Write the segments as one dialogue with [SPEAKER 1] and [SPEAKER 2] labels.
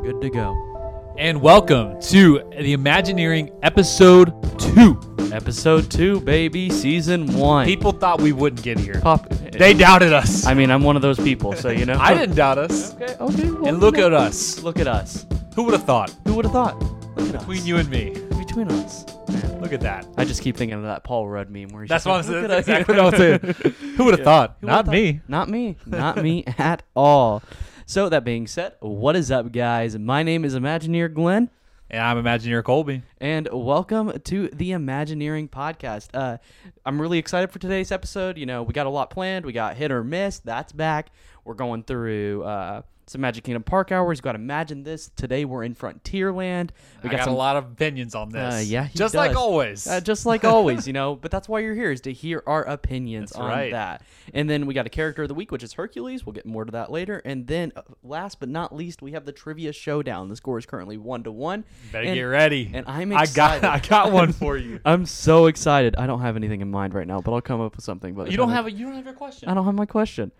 [SPEAKER 1] Good to go.
[SPEAKER 2] And welcome to the Imagineering episode two.
[SPEAKER 1] Episode two, baby, season one.
[SPEAKER 2] People thought we wouldn't get here.
[SPEAKER 1] pop.
[SPEAKER 2] They doubted us.
[SPEAKER 1] I mean, I'm one of those people, so you know.
[SPEAKER 2] I didn't doubt us.
[SPEAKER 1] Okay. Okay. well,
[SPEAKER 2] And look
[SPEAKER 1] you
[SPEAKER 2] at
[SPEAKER 1] know,
[SPEAKER 2] us.
[SPEAKER 1] Look at us.
[SPEAKER 2] Who would have thought?
[SPEAKER 1] Who would have thought? Look at
[SPEAKER 2] Between
[SPEAKER 1] us.
[SPEAKER 2] you and me.
[SPEAKER 1] Between us. Man,
[SPEAKER 2] Look at that.
[SPEAKER 1] I just keep thinking of that Paul Rudd meme where he's
[SPEAKER 2] That's
[SPEAKER 1] just
[SPEAKER 2] what I'm
[SPEAKER 1] like,
[SPEAKER 2] saying.
[SPEAKER 1] "Look
[SPEAKER 2] That's
[SPEAKER 1] at us."
[SPEAKER 2] exactly what I'm saying. Who would have thought?
[SPEAKER 1] Who
[SPEAKER 2] Not
[SPEAKER 1] would've
[SPEAKER 2] me.
[SPEAKER 1] thought? Not me. Not me at all. So that being said, what is up, guys? My name is Imagineer Glenn.
[SPEAKER 2] And I'm Imagineer Colby.
[SPEAKER 1] and welcome to the Imagineering podcast. Uh, I'm really excited for today's episode. You know, we got a lot planned. We got hit or miss. That's back. We're going through uh, some Magic Kingdom Park hours. You got to imagine this. Today we're in Frontierland.
[SPEAKER 2] We got, a lot of opinions on this.
[SPEAKER 1] Uh, yeah, he
[SPEAKER 2] just like
[SPEAKER 1] does.
[SPEAKER 2] always.
[SPEAKER 1] Uh, just like always, you know, but that's why you're here is to hear our opinions
[SPEAKER 2] That's
[SPEAKER 1] on
[SPEAKER 2] right.
[SPEAKER 1] that. And then we got a character of the week, which is Hercules. We'll get more to that later. And then, uh, last but not least, we have the trivia showdown. The score is currently one to one.
[SPEAKER 2] Better
[SPEAKER 1] And-
[SPEAKER 2] get ready.
[SPEAKER 1] and I'm
[SPEAKER 2] I
[SPEAKER 1] excited.
[SPEAKER 2] got. I got one for you.
[SPEAKER 1] I'm so excited. I don't have anything in mind right now, but I'll come up with something. But
[SPEAKER 2] you don't have. A, you don't have your question.
[SPEAKER 1] I don't have my question.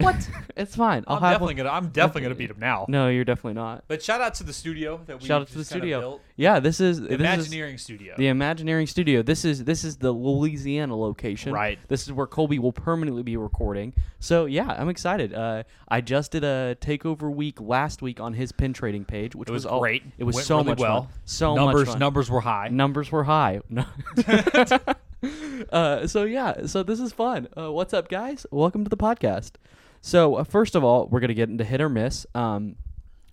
[SPEAKER 1] What? it's fine. I'll
[SPEAKER 2] I'm
[SPEAKER 1] have
[SPEAKER 2] definitely gonna. I'm definitely gonna beat him now.
[SPEAKER 1] one. No, you're definitely not.
[SPEAKER 2] But shout out to the studio that we
[SPEAKER 1] Shout out to the
[SPEAKER 2] just kinda
[SPEAKER 1] studio.
[SPEAKER 2] built.
[SPEAKER 1] Yeah, this is
[SPEAKER 2] The
[SPEAKER 1] this is
[SPEAKER 2] Imagineering studio.
[SPEAKER 1] the Imagineering Studio. This is this is the Louisiana location.
[SPEAKER 2] Right.
[SPEAKER 1] This is where Colby will permanently be recording. So yeah, I'm excited. Uh, I just did a takeover week last week on his pin trading page, which
[SPEAKER 2] it was,
[SPEAKER 1] all-
[SPEAKER 2] great.
[SPEAKER 1] it was
[SPEAKER 2] Went
[SPEAKER 1] so
[SPEAKER 2] really
[SPEAKER 1] much
[SPEAKER 2] well.
[SPEAKER 1] fun. So
[SPEAKER 2] numbers
[SPEAKER 1] much fun.
[SPEAKER 2] numbers were high.
[SPEAKER 1] numbers were high. No. uh, so yeah, so this is fun. Uh, what's up, guys? Welcome to the podcast. So uh, first of all, we're gonna get into hit or miss. Um,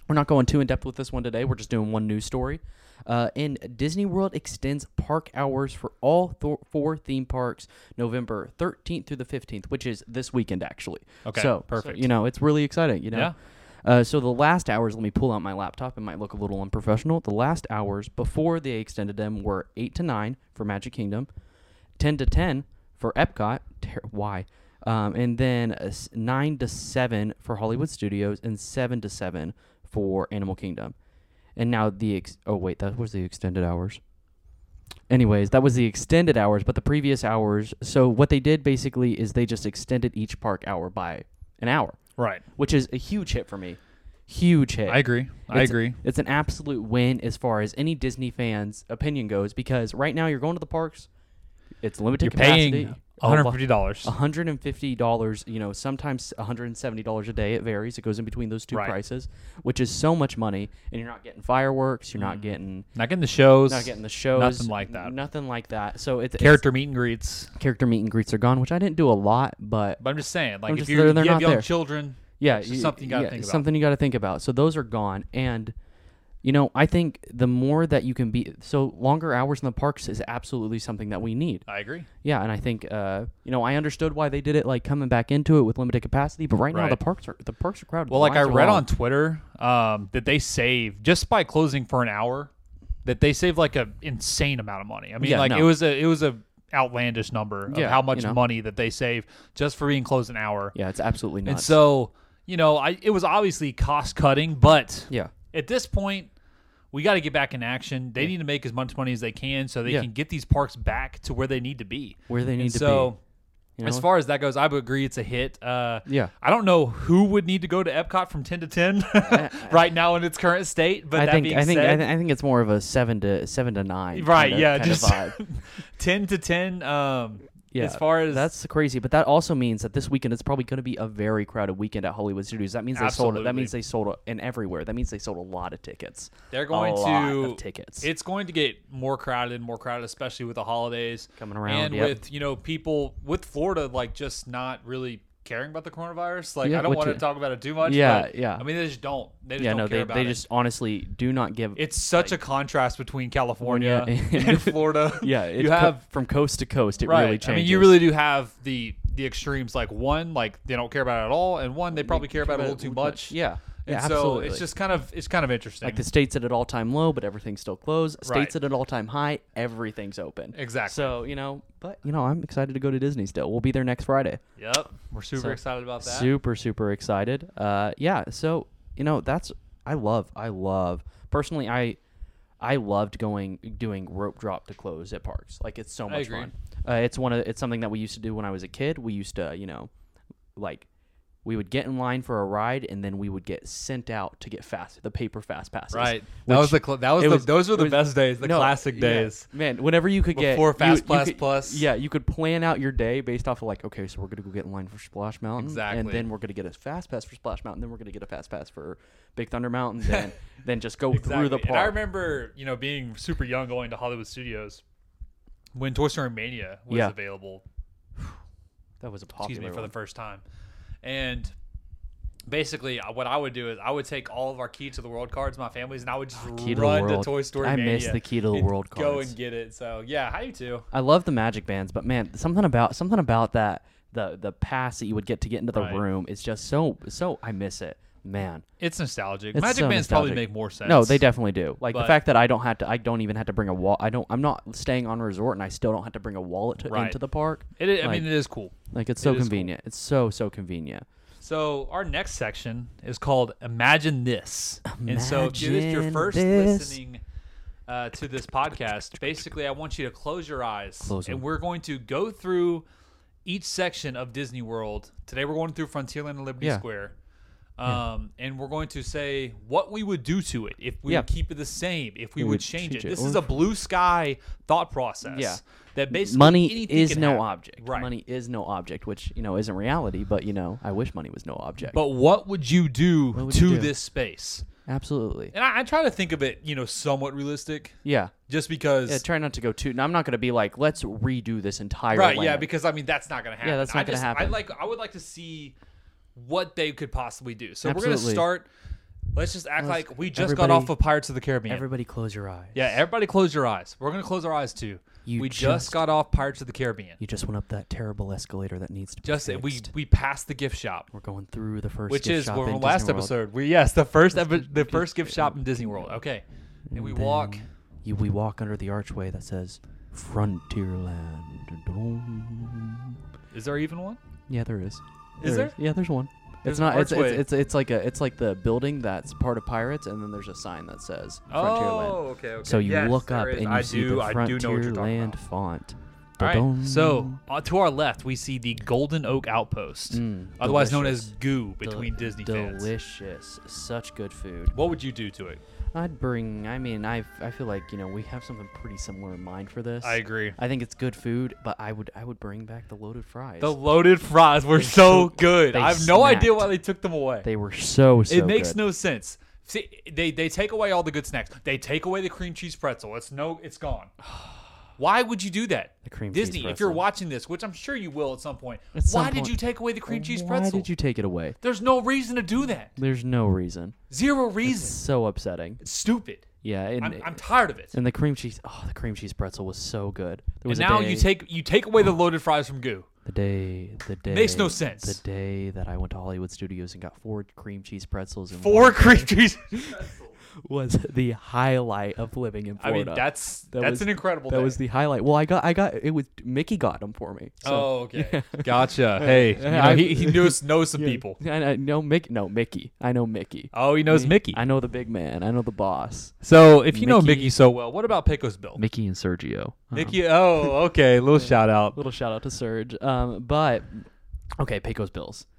[SPEAKER 1] we're not going too in depth with this one today. We're just doing one news story. Uh, and Disney World extends park hours for all th- four theme parks November 13th through the 15th, which is this weekend actually.
[SPEAKER 2] Okay,
[SPEAKER 1] so so,
[SPEAKER 2] perfect.
[SPEAKER 1] you know, it's really exciting. You know,
[SPEAKER 2] Yeah.
[SPEAKER 1] uh, so the last hours, let me pull out my laptop. It might look a little unprofessional. The last hours before they extended them were 8 to 9 for Magic Kingdom, 10 to 10 for Epcot. Ter- why? Um, and then uh, s- 9 to 7 for Hollywood Studios and 7 to 7 for Animal Kingdom. And now the. Ex- oh, wait, that was the extended hours. Anyways, that was the extended hours, but the previous hours. So what they did basically is they just extended each park hour by an hour
[SPEAKER 2] Right.
[SPEAKER 1] which is a huge hit for me. Huge hit.
[SPEAKER 2] I agree. I
[SPEAKER 1] It's-
[SPEAKER 2] agree.
[SPEAKER 1] It's an absolute win as far as any Disney fan's opinion goes because right now you're going to the parks, it's limited
[SPEAKER 2] You're
[SPEAKER 1] capacity. Oh,
[SPEAKER 2] paying Oh, $150.
[SPEAKER 1] $150, you know, sometimes $170 a day. It varies. It goes in between those two
[SPEAKER 2] Right.
[SPEAKER 1] prices, which is so much money. And you're not getting fireworks. You're not getting
[SPEAKER 2] Not getting the shows.
[SPEAKER 1] not getting the shows.
[SPEAKER 2] Mm-hmm. Nothing like that.
[SPEAKER 1] Nothing like that. So it's it's-
[SPEAKER 2] character meet and greets.
[SPEAKER 1] character meet and greets are gone, which I didn't do a lot, but
[SPEAKER 2] But I'm just saying, like,
[SPEAKER 1] I'm
[SPEAKER 2] if
[SPEAKER 1] just-
[SPEAKER 2] you're,
[SPEAKER 1] they're- they're
[SPEAKER 2] you have
[SPEAKER 1] not
[SPEAKER 2] young
[SPEAKER 1] there.
[SPEAKER 2] children,
[SPEAKER 1] Yeah,
[SPEAKER 2] it's just
[SPEAKER 1] y-
[SPEAKER 2] something you gotta
[SPEAKER 1] yeah,
[SPEAKER 2] think about.
[SPEAKER 1] Something you got to think about. So those are gone, and you know, I think the more that you can be, so longer hours in the parks is absolutely something that we need.
[SPEAKER 2] I agree.
[SPEAKER 1] Yeah, and I think uh, you know, I understood why they did it, like coming back into it with limited capacity. But right, now, the
[SPEAKER 2] Right.
[SPEAKER 1] parks are the parks are crowded.
[SPEAKER 2] Well,
[SPEAKER 1] The
[SPEAKER 2] like I
[SPEAKER 1] lines are
[SPEAKER 2] read
[SPEAKER 1] long.
[SPEAKER 2] on Twitter um, that they save just by closing for an hour, that they save like an insane amount of money. I mean,
[SPEAKER 1] Yeah,
[SPEAKER 2] like
[SPEAKER 1] no.
[SPEAKER 2] it was a it was a outlandish number of
[SPEAKER 1] Yeah,
[SPEAKER 2] how much
[SPEAKER 1] you know.
[SPEAKER 2] money that they save just for being closed an hour.
[SPEAKER 1] Yeah, it's absolutely
[SPEAKER 2] and
[SPEAKER 1] nuts.
[SPEAKER 2] so you know, I it was obviously cost cutting, but
[SPEAKER 1] yeah,
[SPEAKER 2] at this point, we got to get back in action. They need to make as much money as they can so they
[SPEAKER 1] Yeah.
[SPEAKER 2] can get these parks back to where they need to be.
[SPEAKER 1] where they need
[SPEAKER 2] And
[SPEAKER 1] to
[SPEAKER 2] so,
[SPEAKER 1] be. you
[SPEAKER 2] as
[SPEAKER 1] know?
[SPEAKER 2] far as that goes, I would agree it's a hit. Uh,
[SPEAKER 1] Yeah.
[SPEAKER 2] I don't know who would need to go to Epcot from ten to ten right now in its current state, but
[SPEAKER 1] I
[SPEAKER 2] that
[SPEAKER 1] think
[SPEAKER 2] being
[SPEAKER 1] I think I,
[SPEAKER 2] said,
[SPEAKER 1] th- I think it's more of a seven to seven to nine.
[SPEAKER 2] right,
[SPEAKER 1] kinda-
[SPEAKER 2] yeah,
[SPEAKER 1] kinda
[SPEAKER 2] just
[SPEAKER 1] vibe.
[SPEAKER 2] ten to ten. Um,
[SPEAKER 1] Yeah,
[SPEAKER 2] as far as
[SPEAKER 1] That's crazy, but that also means that this weekend it's probably going to be a very crowded weekend at Hollywood Studios. That means they sold. That
[SPEAKER 2] Absolutely.
[SPEAKER 1] means they sold a- and everywhere. That means they sold a lot of tickets.
[SPEAKER 2] They're going
[SPEAKER 1] a lot
[SPEAKER 2] to
[SPEAKER 1] of tickets.
[SPEAKER 2] It's going to get more crowded and more crowded, especially with the holidays
[SPEAKER 1] Coming around,
[SPEAKER 2] and
[SPEAKER 1] yep.
[SPEAKER 2] with you know people with Florida like just not really caring about the coronavirus. Like
[SPEAKER 1] Yeah,
[SPEAKER 2] I don't
[SPEAKER 1] which
[SPEAKER 2] want to
[SPEAKER 1] it-
[SPEAKER 2] talk about it too much.
[SPEAKER 1] Yeah,
[SPEAKER 2] but,
[SPEAKER 1] yeah.
[SPEAKER 2] I mean they just don't. They just
[SPEAKER 1] yeah,
[SPEAKER 2] don't
[SPEAKER 1] no,
[SPEAKER 2] care
[SPEAKER 1] they
[SPEAKER 2] about
[SPEAKER 1] they
[SPEAKER 2] it.
[SPEAKER 1] just honestly do not give.
[SPEAKER 2] It's such a contrast between California
[SPEAKER 1] California
[SPEAKER 2] and Florida.
[SPEAKER 1] yeah,
[SPEAKER 2] you have
[SPEAKER 1] from coast to coast. It
[SPEAKER 2] right.
[SPEAKER 1] really changes.
[SPEAKER 2] I mean, you really do have the the extremes. Like one, like they don't care about it at all, and one, they probably care about it a little too much.
[SPEAKER 1] Yeah,
[SPEAKER 2] And
[SPEAKER 1] yeah,
[SPEAKER 2] so
[SPEAKER 1] absolutely.
[SPEAKER 2] it's just kind of it's kind of interesting.
[SPEAKER 1] like the states at an all time low, but everything's still closed. States
[SPEAKER 2] Right.
[SPEAKER 1] at an all time high, everything's open.
[SPEAKER 2] Exactly.
[SPEAKER 1] So you know, but you know, I'm excited to go to Disney still. We'll be there next Friday.
[SPEAKER 2] Yep. We're super
[SPEAKER 1] So-
[SPEAKER 2] excited about that.
[SPEAKER 1] Super, super excited. Uh, yeah. So you know, that's I love, I love personally. I I loved going doing rope drop to close at parks. Like it's so much
[SPEAKER 2] agree.
[SPEAKER 1] fun. Uh, it's one of it's something that we used to do when I was a kid. We used to you know like We would get in line for a ride, and then we would get sent out to get fast the paper fast passes.
[SPEAKER 2] Right. That was the cl- that was
[SPEAKER 1] it
[SPEAKER 2] the,
[SPEAKER 1] was-
[SPEAKER 2] those were
[SPEAKER 1] it
[SPEAKER 2] the
[SPEAKER 1] was-
[SPEAKER 2] best days, the
[SPEAKER 1] No,
[SPEAKER 2] classic
[SPEAKER 1] yeah.
[SPEAKER 2] days.
[SPEAKER 1] Man, whenever you could get
[SPEAKER 2] Before
[SPEAKER 1] you-
[SPEAKER 2] Fast
[SPEAKER 1] you
[SPEAKER 2] Pass
[SPEAKER 1] could-
[SPEAKER 2] Plus.
[SPEAKER 1] Yeah, you could plan out your day based off of like, okay, so we're gonna go get in line for Splash Mountain, and
[SPEAKER 2] Exactly.
[SPEAKER 1] then we're gonna get a fast pass for Splash Mountain, then we're gonna get a fast pass for Big Thunder Mountain, then then just go through the
[SPEAKER 2] Exactly.
[SPEAKER 1] park.
[SPEAKER 2] And I remember, you know, being super young going to Hollywood Studios when Toy Story Mania was
[SPEAKER 1] Yeah.
[SPEAKER 2] available,
[SPEAKER 1] that was a popular
[SPEAKER 2] excuse me, for
[SPEAKER 1] one.
[SPEAKER 2] the first time. And basically, I- what I would do is I would take all of our Key to the World cards, my family's, and I would just
[SPEAKER 1] Key to the
[SPEAKER 2] run to,
[SPEAKER 1] World.
[SPEAKER 2] Toy Story
[SPEAKER 1] I
[SPEAKER 2] Mania.
[SPEAKER 1] miss the Key to the
[SPEAKER 2] and
[SPEAKER 1] World
[SPEAKER 2] Go
[SPEAKER 1] cards.
[SPEAKER 2] and get it. So, yeah, how you too?
[SPEAKER 1] I love the magic bands, but man, something about something about that the the pass that you would get to get into the
[SPEAKER 2] Right.
[SPEAKER 1] room is just so so I miss it, man.
[SPEAKER 2] It's nostalgic.
[SPEAKER 1] It's
[SPEAKER 2] Magic
[SPEAKER 1] so
[SPEAKER 2] bands probably
[SPEAKER 1] nostalgic.
[SPEAKER 2] make more sense.
[SPEAKER 1] No, they definitely do. Like the
[SPEAKER 2] But-
[SPEAKER 1] fact that I don't have to, I don't even have to bring a wall. I don't. I'm not staying on a resort, and I still don't have to bring a wallet to,
[SPEAKER 2] Right.
[SPEAKER 1] into the park.
[SPEAKER 2] It, I
[SPEAKER 1] Like-
[SPEAKER 2] mean, it is cool.
[SPEAKER 1] Like it's
[SPEAKER 2] It
[SPEAKER 1] so
[SPEAKER 2] is cool.
[SPEAKER 1] convenient. It's so so convenient.
[SPEAKER 2] So our next section is called "Imagine This," and so if this is your
[SPEAKER 1] Imagine
[SPEAKER 2] first
[SPEAKER 1] this.
[SPEAKER 2] listening uh, to this podcast, basically, I want you to close your eyes,
[SPEAKER 1] Close
[SPEAKER 2] and
[SPEAKER 1] them.
[SPEAKER 2] we're going to go through each section of Disney World. Today, we're going through Frontierland and Liberty
[SPEAKER 1] Yeah.
[SPEAKER 2] Square, um, and we're going to say what we would do to it if we
[SPEAKER 1] Yeah.
[SPEAKER 2] would keep it the same, if we,
[SPEAKER 1] We
[SPEAKER 2] would
[SPEAKER 1] would
[SPEAKER 2] change it.
[SPEAKER 1] change it,
[SPEAKER 2] This is
[SPEAKER 1] or-
[SPEAKER 2] a blue sky thought process.
[SPEAKER 1] Yeah.
[SPEAKER 2] that basically
[SPEAKER 1] money
[SPEAKER 2] anything
[SPEAKER 1] is
[SPEAKER 2] can
[SPEAKER 1] no
[SPEAKER 2] happen.
[SPEAKER 1] object.
[SPEAKER 2] Right.
[SPEAKER 1] Money is no object, which you know isn't reality. But you know, I wish money was no object.
[SPEAKER 2] But what would you do
[SPEAKER 1] would
[SPEAKER 2] to
[SPEAKER 1] you do?
[SPEAKER 2] this space?
[SPEAKER 1] Absolutely.
[SPEAKER 2] And I, I try to think of it, you know, somewhat realistic,
[SPEAKER 1] Yeah.
[SPEAKER 2] just because.
[SPEAKER 1] Yeah, try not to go too. Now I'm not going to be like, let's redo this entire.
[SPEAKER 2] right? Yeah,
[SPEAKER 1] land.
[SPEAKER 2] because I mean that's not going to happen.
[SPEAKER 1] that's
[SPEAKER 2] I
[SPEAKER 1] not gonna
[SPEAKER 2] just- I
[SPEAKER 1] happen.
[SPEAKER 2] like. I would like to see what they could possibly do. So we're going to
[SPEAKER 1] Absolutely.
[SPEAKER 2] start. Let's just act
[SPEAKER 1] Let's-
[SPEAKER 2] like we just got
[SPEAKER 1] everybody-
[SPEAKER 2] off of Pirates of the Caribbean.
[SPEAKER 1] everybody close your eyes.
[SPEAKER 2] yeah, everybody, close your eyes. We're going to close our eyes too.
[SPEAKER 1] You
[SPEAKER 2] we just,
[SPEAKER 1] just-
[SPEAKER 2] got off Pirates of the Caribbean.
[SPEAKER 1] You just went up that terrible escalator that needs to be
[SPEAKER 2] Just
[SPEAKER 1] fixed.
[SPEAKER 2] we we passed the gift shop.
[SPEAKER 1] We're going through the first.
[SPEAKER 2] which
[SPEAKER 1] gift
[SPEAKER 2] is
[SPEAKER 1] shop
[SPEAKER 2] well,
[SPEAKER 1] in
[SPEAKER 2] last
[SPEAKER 1] Disney World.
[SPEAKER 2] episode. We yes, the first epi- the first gift shop in Disney World. Okay, and we
[SPEAKER 1] Then
[SPEAKER 2] walk.
[SPEAKER 1] You, we walk under the archway that says Frontierland. Dun-dun.
[SPEAKER 2] Is there even one?
[SPEAKER 1] Yeah, there is.
[SPEAKER 2] Is there?
[SPEAKER 1] Yeah, there's one.
[SPEAKER 2] There's
[SPEAKER 1] it's not.
[SPEAKER 2] an
[SPEAKER 1] It's, it's
[SPEAKER 2] archway.
[SPEAKER 1] it's it's like a it's like the building that's part of Pirates, and then there's a sign that says Frontierland.
[SPEAKER 2] Oh, okay, okay.
[SPEAKER 1] So you
[SPEAKER 2] Yes,
[SPEAKER 1] look
[SPEAKER 2] there
[SPEAKER 1] up
[SPEAKER 2] is.
[SPEAKER 1] and you
[SPEAKER 2] I
[SPEAKER 1] see
[SPEAKER 2] do,
[SPEAKER 1] the
[SPEAKER 2] I do know what you're talking
[SPEAKER 1] Frontierland
[SPEAKER 2] about.
[SPEAKER 1] font.
[SPEAKER 2] All right.
[SPEAKER 1] Dun-dun.
[SPEAKER 2] So uh, to our left, we see the Golden Oak Outpost,
[SPEAKER 1] Mm,
[SPEAKER 2] otherwise known as
[SPEAKER 1] delicious.
[SPEAKER 2] goo between
[SPEAKER 1] Del-
[SPEAKER 2] Disney fans.
[SPEAKER 1] delicious, such good food.
[SPEAKER 2] What would you do to it?
[SPEAKER 1] I'd bring. I mean, I I feel like you know we have something pretty similar in mind for this.
[SPEAKER 2] I agree.
[SPEAKER 1] I think it's good food, but I would I would bring back the loaded fries.
[SPEAKER 2] The loaded fries were
[SPEAKER 1] They
[SPEAKER 2] so
[SPEAKER 1] so-
[SPEAKER 2] good.
[SPEAKER 1] they
[SPEAKER 2] I have no idea
[SPEAKER 1] snacked.
[SPEAKER 2] why they took them away.
[SPEAKER 1] they were so so.
[SPEAKER 2] it makes
[SPEAKER 1] good.
[SPEAKER 2] no sense. See, they they take away all the good snacks. They take away the cream cheese pretzel. It's no, it's gone. Why would you do that?
[SPEAKER 1] The cream cheese
[SPEAKER 2] Disney, if you're
[SPEAKER 1] pretzel.
[SPEAKER 2] watching this, which I'm sure you will at some point,
[SPEAKER 1] At some
[SPEAKER 2] why did
[SPEAKER 1] point.
[SPEAKER 2] you take away the cream cheese
[SPEAKER 1] Why
[SPEAKER 2] pretzel?
[SPEAKER 1] did you take it away?
[SPEAKER 2] There's no reason to do that.
[SPEAKER 1] There's no reason.
[SPEAKER 2] Zero
[SPEAKER 1] It's
[SPEAKER 2] reason.
[SPEAKER 1] so upsetting.
[SPEAKER 2] It's stupid.
[SPEAKER 1] Yeah, and
[SPEAKER 2] I'm, I'm tired of it.
[SPEAKER 1] and the cream cheese. Oh, the cream cheese pretzel was so good. There
[SPEAKER 2] And
[SPEAKER 1] was a
[SPEAKER 2] now you
[SPEAKER 1] day-
[SPEAKER 2] take you take away the loaded fries from Goo.
[SPEAKER 1] the day the day
[SPEAKER 2] Makes no sense.
[SPEAKER 1] The day that I went to Hollywood Studios and got four cream cheese pretzels and
[SPEAKER 2] Four cream cheese.
[SPEAKER 1] was the highlight of living in
[SPEAKER 2] I
[SPEAKER 1] Florida.
[SPEAKER 2] mean, that's
[SPEAKER 1] That
[SPEAKER 2] that's
[SPEAKER 1] was-
[SPEAKER 2] an incredible.
[SPEAKER 1] that
[SPEAKER 2] day.
[SPEAKER 1] was the highlight. Well, I got I got it was Mickey got them for me. So.
[SPEAKER 2] oh, okay. Gotcha. Hey, you know,
[SPEAKER 1] I-
[SPEAKER 2] he, he knows knows some
[SPEAKER 1] Yeah.
[SPEAKER 2] people.
[SPEAKER 1] I, I know Mickey. No, Mickey. I know Mickey.
[SPEAKER 2] Oh, he knows Mickey.
[SPEAKER 1] I know the big man. I know the boss.
[SPEAKER 2] So if you know
[SPEAKER 1] Mickey-
[SPEAKER 2] Mickey so well, what about Pecos Bill?
[SPEAKER 1] Mickey and Sergio. Um,
[SPEAKER 2] Mickey. Oh, okay. Little shout out.
[SPEAKER 1] Little shout out to Serge. Um, but okay, Pecos Bills.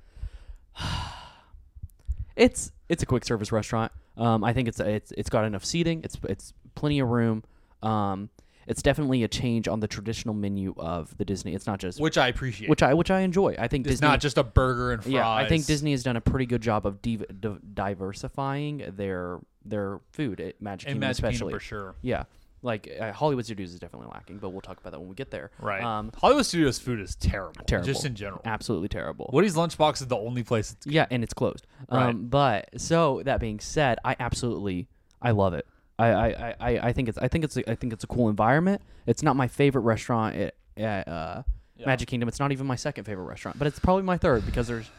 [SPEAKER 1] it's it's a quick service restaurant. Um, I think it's it's it's got enough seating. It's it's plenty of room. Um, it's definitely a change on the traditional menu of the Disney. It's not just
[SPEAKER 2] Which I appreciate.
[SPEAKER 1] which I which I enjoy. I think
[SPEAKER 2] it's
[SPEAKER 1] Disney
[SPEAKER 2] not just a burger and fries.
[SPEAKER 1] Yeah, I think Disney has done a pretty good job of div- div- diversifying their their food at Magic
[SPEAKER 2] and
[SPEAKER 1] Kingdom,
[SPEAKER 2] Magic Kingdom
[SPEAKER 1] especially.
[SPEAKER 2] for sure.
[SPEAKER 1] Yeah, like uh, Hollywood Studios is definitely lacking, but we'll talk about that when we get there.
[SPEAKER 2] Right.
[SPEAKER 1] Um,
[SPEAKER 2] Hollywood Studios food is terrible.
[SPEAKER 1] terrible.
[SPEAKER 2] Just in general.
[SPEAKER 1] absolutely terrible.
[SPEAKER 2] Woody's Lunchbox is the only place it's
[SPEAKER 1] Yeah, and it's closed.
[SPEAKER 2] Right.
[SPEAKER 1] Um, but so that being said, I absolutely I love it. I I, I- I, I think it's I think it's a, I think it's a cool environment. It's not my favorite restaurant at, at uh, Magic Kingdom. It's not even my second favorite restaurant, but it's probably my third because there's.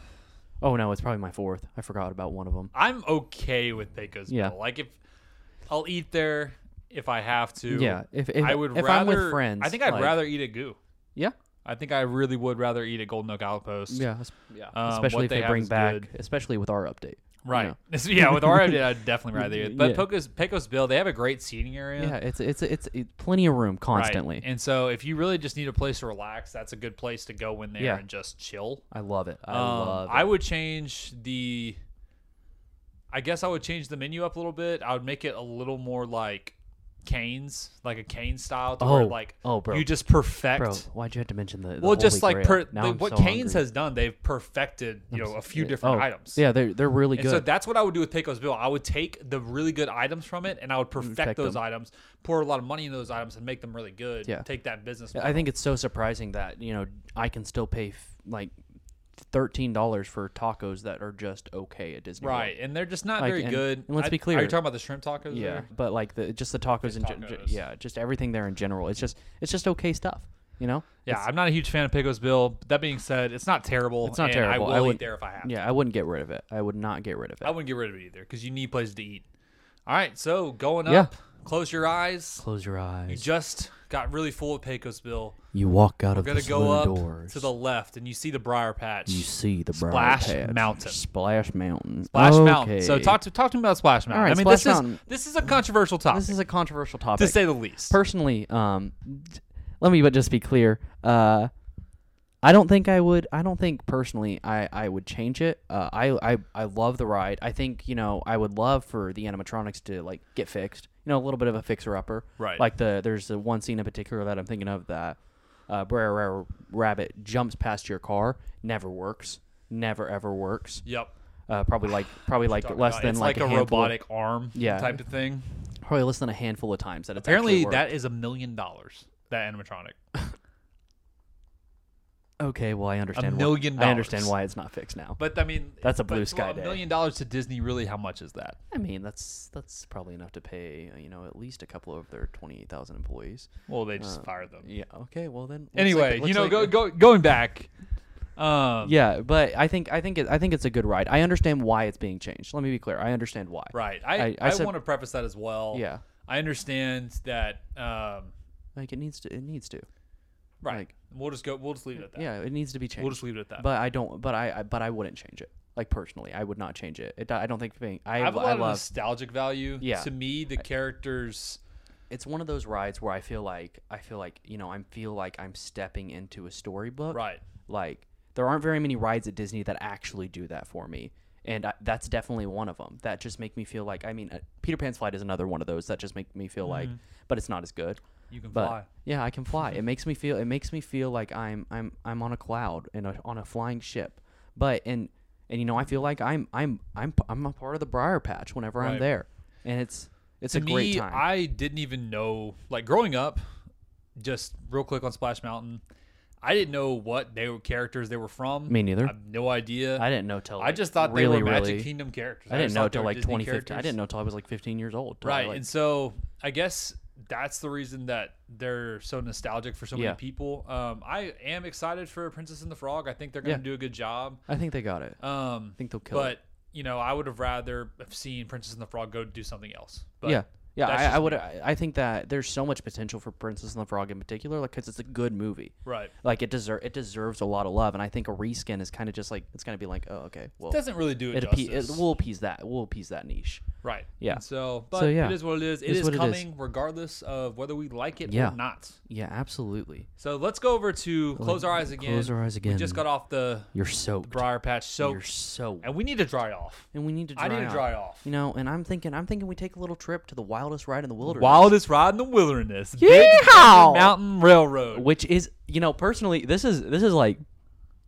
[SPEAKER 1] Oh no, it's probably my fourth. I forgot about one of them.
[SPEAKER 2] I'm okay with Pecos
[SPEAKER 1] Yeah.
[SPEAKER 2] Bill. Like if I'll eat there if I have to.
[SPEAKER 1] Yeah, if if,
[SPEAKER 2] I would
[SPEAKER 1] if
[SPEAKER 2] rather
[SPEAKER 1] I'm with friends,
[SPEAKER 2] I think I'd
[SPEAKER 1] like-
[SPEAKER 2] rather eat at Goo.
[SPEAKER 1] Yeah,
[SPEAKER 2] I think I really would rather eat at Golden Oak Outpost.
[SPEAKER 1] yeah, es- yeah.
[SPEAKER 2] Um,
[SPEAKER 1] especially
[SPEAKER 2] what
[SPEAKER 1] if
[SPEAKER 2] they
[SPEAKER 1] they
[SPEAKER 2] have
[SPEAKER 1] bring
[SPEAKER 2] is
[SPEAKER 1] back,
[SPEAKER 2] good.
[SPEAKER 1] especially with our update.
[SPEAKER 2] Right.
[SPEAKER 1] know.
[SPEAKER 2] yeah, with our idea, I'd definitely rather it. But
[SPEAKER 1] Yeah.
[SPEAKER 2] Pecos, Pecos Bill, they have a great seating area.
[SPEAKER 1] Yeah, it's it's it's, it's plenty of room
[SPEAKER 2] Right.
[SPEAKER 1] constantly.
[SPEAKER 2] And so if you really just need a place to relax, that's a good place to go in there
[SPEAKER 1] Yeah.
[SPEAKER 2] and just chill.
[SPEAKER 1] I love it. I
[SPEAKER 2] Um,
[SPEAKER 1] love.
[SPEAKER 2] I
[SPEAKER 1] it.
[SPEAKER 2] would change the. I guess I would change the menu up a little bit. I would make it a little more like Canes, like a Cane style, to where
[SPEAKER 1] Oh.
[SPEAKER 2] like
[SPEAKER 1] Oh, bro.
[SPEAKER 2] you just perfect.
[SPEAKER 1] Bro, why'd you have to mention the? the
[SPEAKER 2] well, just
[SPEAKER 1] Holy
[SPEAKER 2] like per,
[SPEAKER 1] Grail? Now
[SPEAKER 2] like
[SPEAKER 1] I'm
[SPEAKER 2] what
[SPEAKER 1] so
[SPEAKER 2] Canes
[SPEAKER 1] hungry.
[SPEAKER 2] has done, they've perfected you know a few
[SPEAKER 1] Yeah.
[SPEAKER 2] different
[SPEAKER 1] Oh,
[SPEAKER 2] items.
[SPEAKER 1] Yeah, they're they're really
[SPEAKER 2] And
[SPEAKER 1] good.
[SPEAKER 2] so that's what I would do with Pecos Bill. I would take the really good items from it and I would perfect,
[SPEAKER 1] Perfect
[SPEAKER 2] those
[SPEAKER 1] Mm, them.
[SPEAKER 2] items, pour a lot of money into those items and make them really good.
[SPEAKER 1] Yeah.
[SPEAKER 2] Take that business.
[SPEAKER 1] I think it's so surprising that you know I can still pay f- like thirteen dollars for tacos that are just okay at Disney. World.
[SPEAKER 2] Right. And they're just not
[SPEAKER 1] Like,
[SPEAKER 2] very
[SPEAKER 1] and-
[SPEAKER 2] good.
[SPEAKER 1] and let's
[SPEAKER 2] I-
[SPEAKER 1] be
[SPEAKER 2] Are
[SPEAKER 1] clear.
[SPEAKER 2] you talking about the shrimp tacos?
[SPEAKER 1] Yeah,
[SPEAKER 2] there?
[SPEAKER 1] but like the just the tacos and ge-
[SPEAKER 2] Mm-hmm. tacos.
[SPEAKER 1] ge- yeah, just everything there in general. It's just it's just okay stuff. You know.
[SPEAKER 2] Yeah. I'm not a huge fan of Pecos Bill. That being said, it's not terrible.
[SPEAKER 1] It's not
[SPEAKER 2] and
[SPEAKER 1] terrible.
[SPEAKER 2] I will
[SPEAKER 1] I
[SPEAKER 2] eat
[SPEAKER 1] wouldn't-
[SPEAKER 2] there if I have. to.
[SPEAKER 1] Yeah, I wouldn't get rid of it. I would not get rid of it.
[SPEAKER 2] I wouldn't get rid of it either because you need places to eat. All right. So going
[SPEAKER 1] Yeah.
[SPEAKER 2] up, close your eyes.
[SPEAKER 1] Close your
[SPEAKER 2] You
[SPEAKER 1] eyes.
[SPEAKER 2] just got really full of Pecos Bill.
[SPEAKER 1] You walk out of
[SPEAKER 2] We're going
[SPEAKER 1] the
[SPEAKER 2] to go
[SPEAKER 1] saloon
[SPEAKER 2] up
[SPEAKER 1] doors.
[SPEAKER 2] to the left and you see the Briar Patch.
[SPEAKER 1] you see the bright
[SPEAKER 2] Splash
[SPEAKER 1] patch.
[SPEAKER 2] Mountain.
[SPEAKER 1] Splash Mountain.
[SPEAKER 2] Splash
[SPEAKER 1] okay.
[SPEAKER 2] Mountain. So talk to talk to me about Splash Mountain.
[SPEAKER 1] right,
[SPEAKER 2] I mean,
[SPEAKER 1] Splash
[SPEAKER 2] this
[SPEAKER 1] Mountain.
[SPEAKER 2] is this is a controversial topic,
[SPEAKER 1] This is a controversial
[SPEAKER 2] to
[SPEAKER 1] topic.
[SPEAKER 2] say the least.
[SPEAKER 1] personally, um, d- let me but just be clear. Uh, I don't think I would. I don't think personally I, I would change it. Uh, I, I I love the ride. I think you know I would love for the animatronics to like get fixed. You know, a little bit of a fixer upper.
[SPEAKER 2] Right.
[SPEAKER 1] Like the there's the one scene in particular that I'm thinking of that uh, Brer Rare Rabbit jumps past your car. Never works. Never ever works.
[SPEAKER 2] yep.
[SPEAKER 1] Uh, probably like probably like
[SPEAKER 2] Talking
[SPEAKER 1] less
[SPEAKER 2] about-
[SPEAKER 1] than
[SPEAKER 2] it's like, a,
[SPEAKER 1] handful of-
[SPEAKER 2] robotic arm
[SPEAKER 1] Yeah.
[SPEAKER 2] type of thing.
[SPEAKER 1] probably less than a handful of times that it's actually
[SPEAKER 2] Apparently,
[SPEAKER 1] worked.
[SPEAKER 2] that is a million dollars. That animatronic.
[SPEAKER 1] Okay, well I understand.
[SPEAKER 2] million
[SPEAKER 1] why,
[SPEAKER 2] dollars.
[SPEAKER 1] I understand why it's not fixed now. But
[SPEAKER 2] But I mean,
[SPEAKER 1] That's a
[SPEAKER 2] but,
[SPEAKER 1] blue sky
[SPEAKER 2] well,
[SPEAKER 1] day.
[SPEAKER 2] A million dollars to Disney, really? How much is that?
[SPEAKER 1] I mean, that's that's probably enough to pay uh, you know at least a couple of their twenty eight thousand employees.
[SPEAKER 2] Well, they just fired them.
[SPEAKER 1] Yeah. Okay. Well then. looks Uh, like-
[SPEAKER 2] Anyway,
[SPEAKER 1] looks
[SPEAKER 2] you know,
[SPEAKER 1] like-
[SPEAKER 2] go, go going back. Um,
[SPEAKER 1] Yeah, but I think I think it, I think it's a good ride. I understand why it's being changed. Let me be clear. I understand why.
[SPEAKER 2] Right. I I,
[SPEAKER 1] I- I said-
[SPEAKER 2] want to preface that as well.
[SPEAKER 1] Yeah.
[SPEAKER 2] I understand that. Um,
[SPEAKER 1] Like it needs to. It needs to.
[SPEAKER 2] right.
[SPEAKER 1] Like-
[SPEAKER 2] we'll just go. We'll just leave it at that.
[SPEAKER 1] Yeah. It needs to be changed.
[SPEAKER 2] We'll just leave it at that.
[SPEAKER 1] but I don't. But I, I. But I wouldn't change it. Like personally, I would not change it. it I don't think being. I,
[SPEAKER 2] I have a lot
[SPEAKER 1] I
[SPEAKER 2] of
[SPEAKER 1] love.
[SPEAKER 2] nostalgic value.
[SPEAKER 1] Yeah.
[SPEAKER 2] To me, the characters.
[SPEAKER 1] It's one of those rides where I feel like I feel like you know I feel like I'm stepping into a storybook.
[SPEAKER 2] Right.
[SPEAKER 1] Like there aren't very many rides at Disney that actually do that for me, and I, that's definitely one of them. That just make me feel like I mean, uh, Peter Pan's Flight is another one of those that just make me feel like, but it's not as good.
[SPEAKER 2] You can
[SPEAKER 1] But
[SPEAKER 2] Mm-hmm. fly.
[SPEAKER 1] yeah, I can fly. it makes me feel. It makes me feel like I'm I'm I'm on a cloud and a, on a flying ship. But and and you know I feel like I'm I'm I'm p- I'm a part of the Briar Patch whenever
[SPEAKER 2] Right.
[SPEAKER 1] I'm there, and it's it's
[SPEAKER 2] To
[SPEAKER 1] a great
[SPEAKER 2] me,
[SPEAKER 1] time.
[SPEAKER 2] I didn't even know. Like growing up, just real quick on Splash Mountain, I didn't know what they were characters they were from.
[SPEAKER 1] Me neither.
[SPEAKER 2] I have no idea.
[SPEAKER 1] I didn't know till
[SPEAKER 2] I just thought
[SPEAKER 1] really,
[SPEAKER 2] they were Magic
[SPEAKER 1] really-
[SPEAKER 2] Kingdom characters.
[SPEAKER 1] I didn't
[SPEAKER 2] just
[SPEAKER 1] know
[SPEAKER 2] thought they
[SPEAKER 1] till
[SPEAKER 2] were
[SPEAKER 1] like
[SPEAKER 2] Disney
[SPEAKER 1] 2015. I
[SPEAKER 2] characters.
[SPEAKER 1] didn't know till I was like 15 years old. till I,
[SPEAKER 2] Right.
[SPEAKER 1] like-
[SPEAKER 2] and so I guess that's the reason that they're so nostalgic for so
[SPEAKER 1] Yeah.
[SPEAKER 2] many people. Um, I am excited for Princess and the Frog. I think they're going
[SPEAKER 1] Yeah.
[SPEAKER 2] to do a good job.
[SPEAKER 1] I think they got it.
[SPEAKER 2] Um,
[SPEAKER 1] I think they'll kill
[SPEAKER 2] but
[SPEAKER 1] it.
[SPEAKER 2] you know, I would have rather have seen Princess and the Frog go do something else. But
[SPEAKER 1] yeah, yeah.
[SPEAKER 2] that's
[SPEAKER 1] I,
[SPEAKER 2] just
[SPEAKER 1] I
[SPEAKER 2] me.
[SPEAKER 1] would. I I think that there's so much potential for Princess and the Frog in particular, like because it's a good movie.
[SPEAKER 2] Right.
[SPEAKER 1] Like it deserve it deserves a lot of love, and I think a reskin is kind of just like it's gonna be like, oh okay, well
[SPEAKER 2] Doesn't really do it,
[SPEAKER 1] it, appe- it
[SPEAKER 2] justice.
[SPEAKER 1] will appease that we'll appease that niche.
[SPEAKER 2] right.
[SPEAKER 1] Yeah.
[SPEAKER 2] And so, but
[SPEAKER 1] yeah.
[SPEAKER 2] it is what it is. It
[SPEAKER 1] It's
[SPEAKER 2] is
[SPEAKER 1] what it is.
[SPEAKER 2] coming regardless of whether we like it
[SPEAKER 1] Yeah.
[SPEAKER 2] or not.
[SPEAKER 1] Yeah, absolutely.
[SPEAKER 2] So let's go over to close our eyes again.
[SPEAKER 1] Close our eyes
[SPEAKER 2] We just
[SPEAKER 1] again.
[SPEAKER 2] got off the
[SPEAKER 1] You're soaked.
[SPEAKER 2] briar patch soap,
[SPEAKER 1] You're soaked.
[SPEAKER 2] and we need to dry off.
[SPEAKER 1] And we need to. Dry
[SPEAKER 2] I need to
[SPEAKER 1] off.
[SPEAKER 2] dry off.
[SPEAKER 1] You know, and I'm thinking, I'm thinking we take a little trip to the wildest ride in the wilderness.
[SPEAKER 2] Wildest ride in the wilderness. Big
[SPEAKER 1] Yeehaw!
[SPEAKER 2] Thunder Mountain Railroad.
[SPEAKER 1] which is you know personally this is this is like